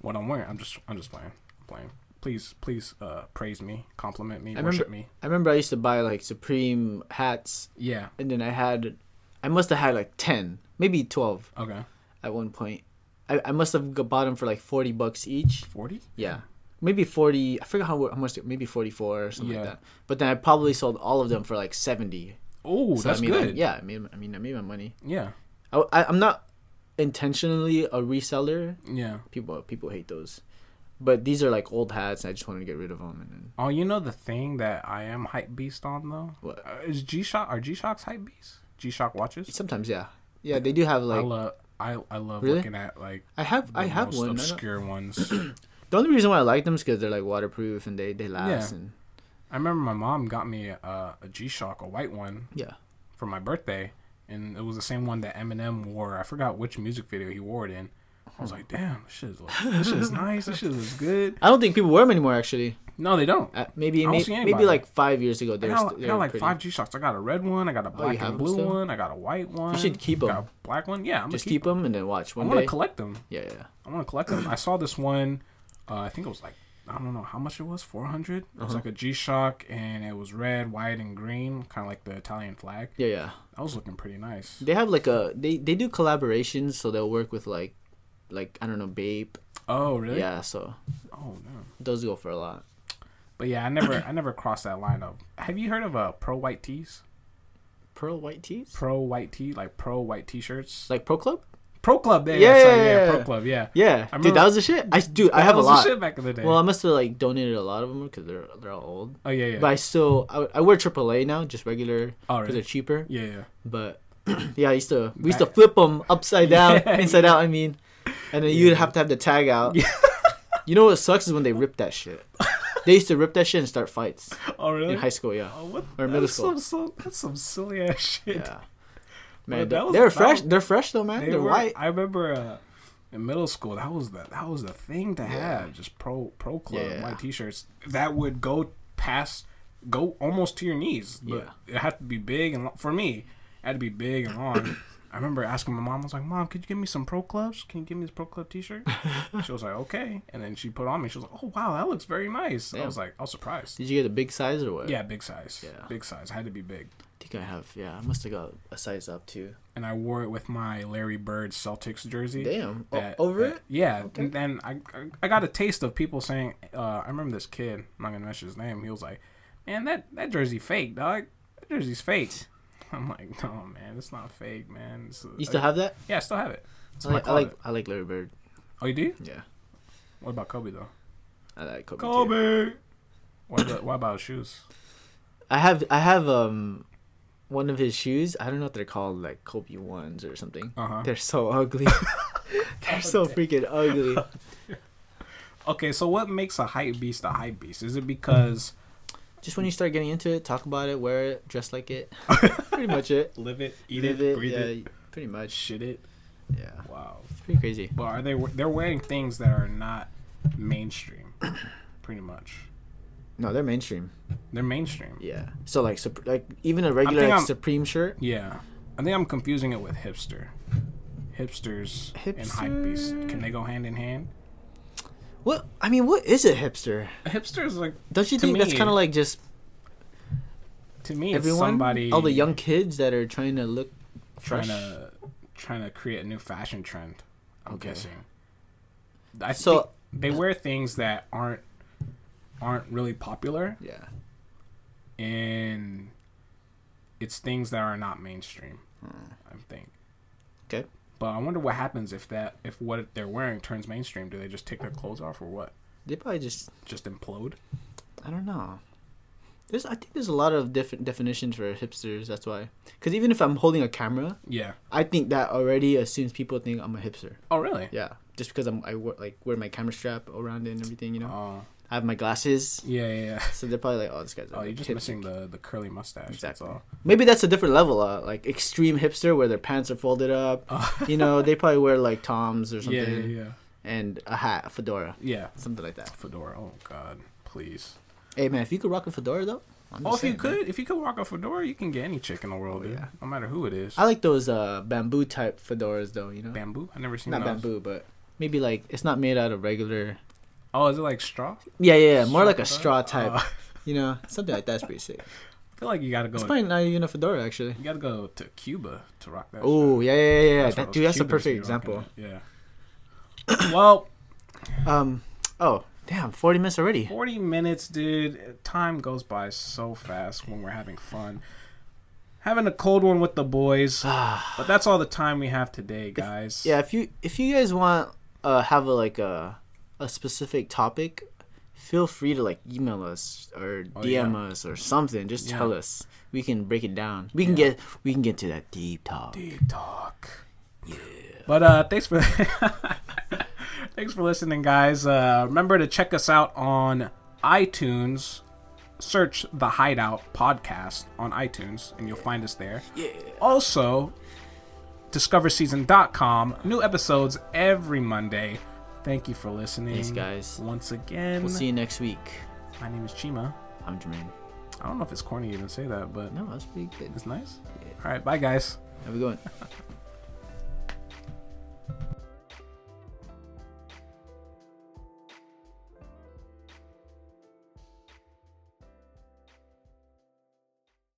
Speaker 1: what I'm wearing. I'm just I'm just playing. playing. Please please uh praise me, compliment me,
Speaker 2: I
Speaker 1: worship me.
Speaker 2: remember- I remember I used to buy like Supreme hats,
Speaker 1: Yeah.
Speaker 2: and then I had, I must have had like ten, maybe twelve
Speaker 1: Okay.
Speaker 2: at one point. I, I must have g- bought them for like forty bucks each.
Speaker 1: 40?
Speaker 2: Yeah, Um, maybe forty. I forgot how, how much. Maybe forty four or something
Speaker 1: Yeah.
Speaker 2: like that. But then I probably sold all of them for like seventy.
Speaker 1: Oh,
Speaker 2: So
Speaker 1: that's
Speaker 2: I mean,
Speaker 1: good.
Speaker 2: I, yeah, I mean, I mean, I made my money.
Speaker 1: yeah.
Speaker 2: I, I, I'm not intentionally a reseller.
Speaker 1: Yeah.
Speaker 2: People people hate those, but these are like old hats, and I just wanted to get rid of them. And then,
Speaker 1: Oh, you know the thing that I am hype beast on though?
Speaker 2: What?
Speaker 1: Uh, is G Shock are G Shocks hype beast? G Shock watches?
Speaker 2: sometimes, yeah, yeah, they do have
Speaker 1: I
Speaker 2: like
Speaker 1: love I, I love
Speaker 2: Really?
Speaker 1: looking at like
Speaker 2: I have
Speaker 1: the
Speaker 2: I have
Speaker 1: most
Speaker 2: one. I don't-
Speaker 1: obscure ones.
Speaker 2: the only reason why I like them is because they're like waterproof and they they last.
Speaker 1: Yeah.
Speaker 2: And
Speaker 1: I remember my mom got me a, a G Shock, a white one,
Speaker 2: yeah,
Speaker 1: for my birthday, and it was the same one that Eminem wore. I forgot which music video he wore it in. I was like, damn, this shit is, like, this shit is nice. This shit is good.
Speaker 2: I don't think people wear them anymore. Actually,
Speaker 1: No, they don't.
Speaker 2: uh, maybe
Speaker 1: I don't
Speaker 2: maybe,
Speaker 1: see
Speaker 2: maybe
Speaker 1: anybody.
Speaker 2: like five years ago
Speaker 1: I
Speaker 2: they were,
Speaker 1: got,
Speaker 2: st-
Speaker 1: I
Speaker 2: they
Speaker 1: got
Speaker 2: were
Speaker 1: like
Speaker 2: pretty- Oh,
Speaker 1: five G Shocks. I got a red one. I got a black
Speaker 2: have
Speaker 1: and
Speaker 2: 'em
Speaker 1: blue
Speaker 2: still?
Speaker 1: one. I got a white one.
Speaker 2: should keep
Speaker 1: got
Speaker 2: 'em.
Speaker 1: a black one. Yeah, I'm
Speaker 2: Just
Speaker 1: just
Speaker 2: keep them and then watch
Speaker 1: I
Speaker 2: one
Speaker 1: want
Speaker 2: day.
Speaker 1: to collect them.
Speaker 2: yeah, yeah, yeah.
Speaker 1: I want to collect them. I saw this one. Uh, I think it was like I don't know how much it was. Four hundred. It
Speaker 2: Uh-huh.
Speaker 1: was like a G Shock, and it was red, white, and green, kind of like the Italian flag.
Speaker 2: yeah, yeah.
Speaker 1: That was looking pretty nice.
Speaker 2: They have like a they they do collaborations, so they'll work with like like I don't know, Bape.
Speaker 1: Oh, really?
Speaker 2: Yeah, so
Speaker 1: Oh no.
Speaker 2: those go for a lot.
Speaker 1: But yeah, I never I never crossed that line of. Have you heard of uh, pro white tees?
Speaker 2: Pearl white tees,
Speaker 1: Pro white tee, like pro white t-shirts.
Speaker 2: like Pro Club.
Speaker 1: Pro club, there.
Speaker 2: Yeah,
Speaker 1: Yeah,
Speaker 2: yeah,
Speaker 1: yeah,
Speaker 2: yeah.
Speaker 1: pro club, yeah.
Speaker 2: Yeah,
Speaker 1: I
Speaker 2: dude,
Speaker 1: remember-
Speaker 2: that was the shit. I dude, I
Speaker 1: That
Speaker 2: have a
Speaker 1: was the
Speaker 2: lot.
Speaker 1: shit back in the day.
Speaker 2: Well, I must have like donated a lot of them because they're they're all old.
Speaker 1: oh yeah, yeah.
Speaker 2: But I still I, I wear AAA now, just regular because
Speaker 1: oh, really?
Speaker 2: they're cheaper.
Speaker 1: Yeah, yeah.
Speaker 2: But yeah, I used to we used to flip them upside down,
Speaker 1: Yeah,
Speaker 2: inside out. I mean, and then you'd have to have the tag out. you know what sucks is when they rip that shit. They used to rip that shit and start fights
Speaker 1: Oh really?
Speaker 2: in high school. Yeah,
Speaker 1: oh, what?
Speaker 2: or middle
Speaker 1: that's
Speaker 2: school.
Speaker 1: Some, some, that's some silly ass shit.
Speaker 2: yeah.
Speaker 1: Well,
Speaker 2: Man,
Speaker 1: that was-
Speaker 2: they're
Speaker 1: that
Speaker 2: fresh.
Speaker 1: was-
Speaker 2: They're fresh though, man.
Speaker 1: They
Speaker 2: They are
Speaker 1: were,
Speaker 2: white.
Speaker 1: I remember uh, in middle school that was the that was the thing to have just pro pro club
Speaker 2: Yeah.
Speaker 1: white t-shirts that would go past go almost to your knees. But it had to be big and lo- for me it had to be big and long. I remember asking my mom. I was like, "Mom, could you give me some pro clubs? Can you give me this pro club T-shirt?" she was like, "Okay," and then she put on me. She was like, "Oh wow, that looks very nice." I was like, "I was surprised."
Speaker 2: Did you get a big size or what?
Speaker 1: Yeah, big size.
Speaker 2: Yeah.
Speaker 1: big size. Had to be big.
Speaker 2: I think I have. Yeah, I must have got a size up too.
Speaker 1: and I wore it with my Larry Bird Celtics jersey.
Speaker 2: Damn. O- over it?
Speaker 1: Yeah, and then I I got a taste of people saying. Uh, I remember this kid. I'm not gonna mention his name. He was like, "Man, that that jersey fake, dog. That jersey's fake." I'm like, "No, man, it's not fake, man." It's,
Speaker 2: You still have that?
Speaker 1: yeah, I still have it. It's
Speaker 2: I
Speaker 1: in my
Speaker 2: like, I like
Speaker 1: closet.
Speaker 2: I like Larry Bird.
Speaker 1: Oh, you do?
Speaker 2: Yeah,
Speaker 1: What about Kobe though?
Speaker 2: I like Kobe. too.
Speaker 1: Kobe. What about, what about his shoes?
Speaker 2: I have I have um one of his shoes. I don't know what they're called, like Kobe ones or something.
Speaker 1: Uh-huh.
Speaker 2: They're so ugly. they're so freaking ugly.
Speaker 1: Okay, so what makes a hype beast a hype beast? Is it because
Speaker 2: Just when you start getting into it, talk about it, wear it, dress like it. pretty much it.
Speaker 1: live it, eat
Speaker 2: Live
Speaker 1: it,
Speaker 2: it,
Speaker 1: breathe
Speaker 2: yeah,
Speaker 1: it,
Speaker 2: Pretty much.
Speaker 1: shit it?
Speaker 2: Yeah.
Speaker 1: Wow.
Speaker 2: It's pretty crazy.
Speaker 1: But are they they're wearing things that are not mainstream, pretty much.
Speaker 2: No, they're mainstream.
Speaker 1: They're mainstream. Yeah.
Speaker 2: Yeah. So like sup- like even a regular
Speaker 1: think
Speaker 2: like,
Speaker 1: I'm-
Speaker 2: Supreme shirt.
Speaker 1: I think I'm confusing it with hipster. Hipsters and hypebeast. Can they go hand in hand?
Speaker 2: What I mean, what is a hipster?
Speaker 1: A hipster is like
Speaker 2: Don't you
Speaker 1: To
Speaker 2: think that's
Speaker 1: me-
Speaker 2: kind of like just
Speaker 1: to me, it's
Speaker 2: Everyone,
Speaker 1: somebody
Speaker 2: all the young kids that are trying to look
Speaker 1: trying
Speaker 2: fresh.
Speaker 1: to trying to create a new fashion trend. I'm
Speaker 2: Okay.
Speaker 1: guessing. I
Speaker 2: So-
Speaker 1: think they wear things that aren't aren't really popular,
Speaker 2: Yeah.
Speaker 1: and it's things that are not mainstream.
Speaker 2: Hmm.
Speaker 1: I think.
Speaker 2: Okay.
Speaker 1: But I wonder what happens if that if what they're wearing turns mainstream. Do they just take their clothes off or what?
Speaker 2: They probably just
Speaker 1: Just implode?
Speaker 2: I don't know. There's I think there's a lot of different definitions for hipsters. That's why. Because even if I'm holding a camera,
Speaker 1: Yeah.
Speaker 2: I think that already assumes people think I'm a hipster.
Speaker 1: Oh really?
Speaker 2: Yeah. Just because I'm I wear, like wear my camera strap around it and everything, you know.
Speaker 1: Oh
Speaker 2: I have my glasses,
Speaker 1: yeah yeah. yeah.
Speaker 2: so they're probably like, oh, this guy's. a
Speaker 1: Oh, you're just
Speaker 2: hipster."
Speaker 1: missing the the curly mustache. That's
Speaker 2: Exactly.
Speaker 1: all.
Speaker 2: Maybe that's a different level, uh, like extreme hipster where their pants are folded up. you know, they probably wear like toms or something
Speaker 1: Oh. Yeah yeah yeah.
Speaker 2: and a hat, a fedora,
Speaker 1: Yeah.
Speaker 2: something like that.
Speaker 1: Fedora. Oh God, please.
Speaker 2: Hey man, if you could rock a fedora though, I'm
Speaker 1: Oh,
Speaker 2: just
Speaker 1: if you
Speaker 2: saying, man.
Speaker 1: could, if you could walk a fedora, you can get any chick in the world, dude.
Speaker 2: yeah.
Speaker 1: No matter who it is.
Speaker 2: I like those uh, bamboo type fedoras though. You know,
Speaker 1: bamboo? I never seen
Speaker 2: not
Speaker 1: those.
Speaker 2: bamboo, but maybe like it's not made out of regular.
Speaker 1: Oh, is it like straw?
Speaker 2: Yeah, yeah, yeah, more like a
Speaker 1: Straw
Speaker 2: straw
Speaker 1: type? Oh,
Speaker 2: type. You know, something like that's pretty sick.
Speaker 1: I feel like you gotta go.
Speaker 2: It's probably not even a fedora actually.
Speaker 1: You gotta go to Cuba to rock that.
Speaker 2: Oh yeah, yeah, yeah, yeah.
Speaker 1: shit.
Speaker 2: That,
Speaker 1: what
Speaker 2: dude,
Speaker 1: those
Speaker 2: that's a
Speaker 1: Cubans
Speaker 2: perfect
Speaker 1: be rocking
Speaker 2: example.
Speaker 1: it. Yeah. well,
Speaker 2: Um, oh damn, forty minutes already.
Speaker 1: forty minutes, dude. Time goes by so fast when we're having fun. Having a cold one with the boys, but that's all the time we have today, guys.
Speaker 2: Yeah, if you if you guys want uh have a like a a specific topic, feel free to like email us or DM
Speaker 1: Oh, yeah.
Speaker 2: us or something. Just
Speaker 1: Yeah.
Speaker 2: tell us. We can break it down. We can get we can get to that deep talk.
Speaker 1: Deep talk. Yeah. But uh, thanks for thanks for listening, guys. Uh, remember to check us out on iTunes. Search the Hideout podcast on iTunes, and you'll find us there. Yeah. Also, discoverseason.com. New episodes every Monday. Thank you for listening,
Speaker 2: Thanks, guys.
Speaker 1: Once again,
Speaker 2: We'll see you next week.
Speaker 1: my name is Chima.
Speaker 2: I'm Jermaine.
Speaker 1: I don't know if it's corny to even say that, but
Speaker 2: No, that's pretty good.
Speaker 1: it's nice. All right, bye, guys.
Speaker 2: Have a good one.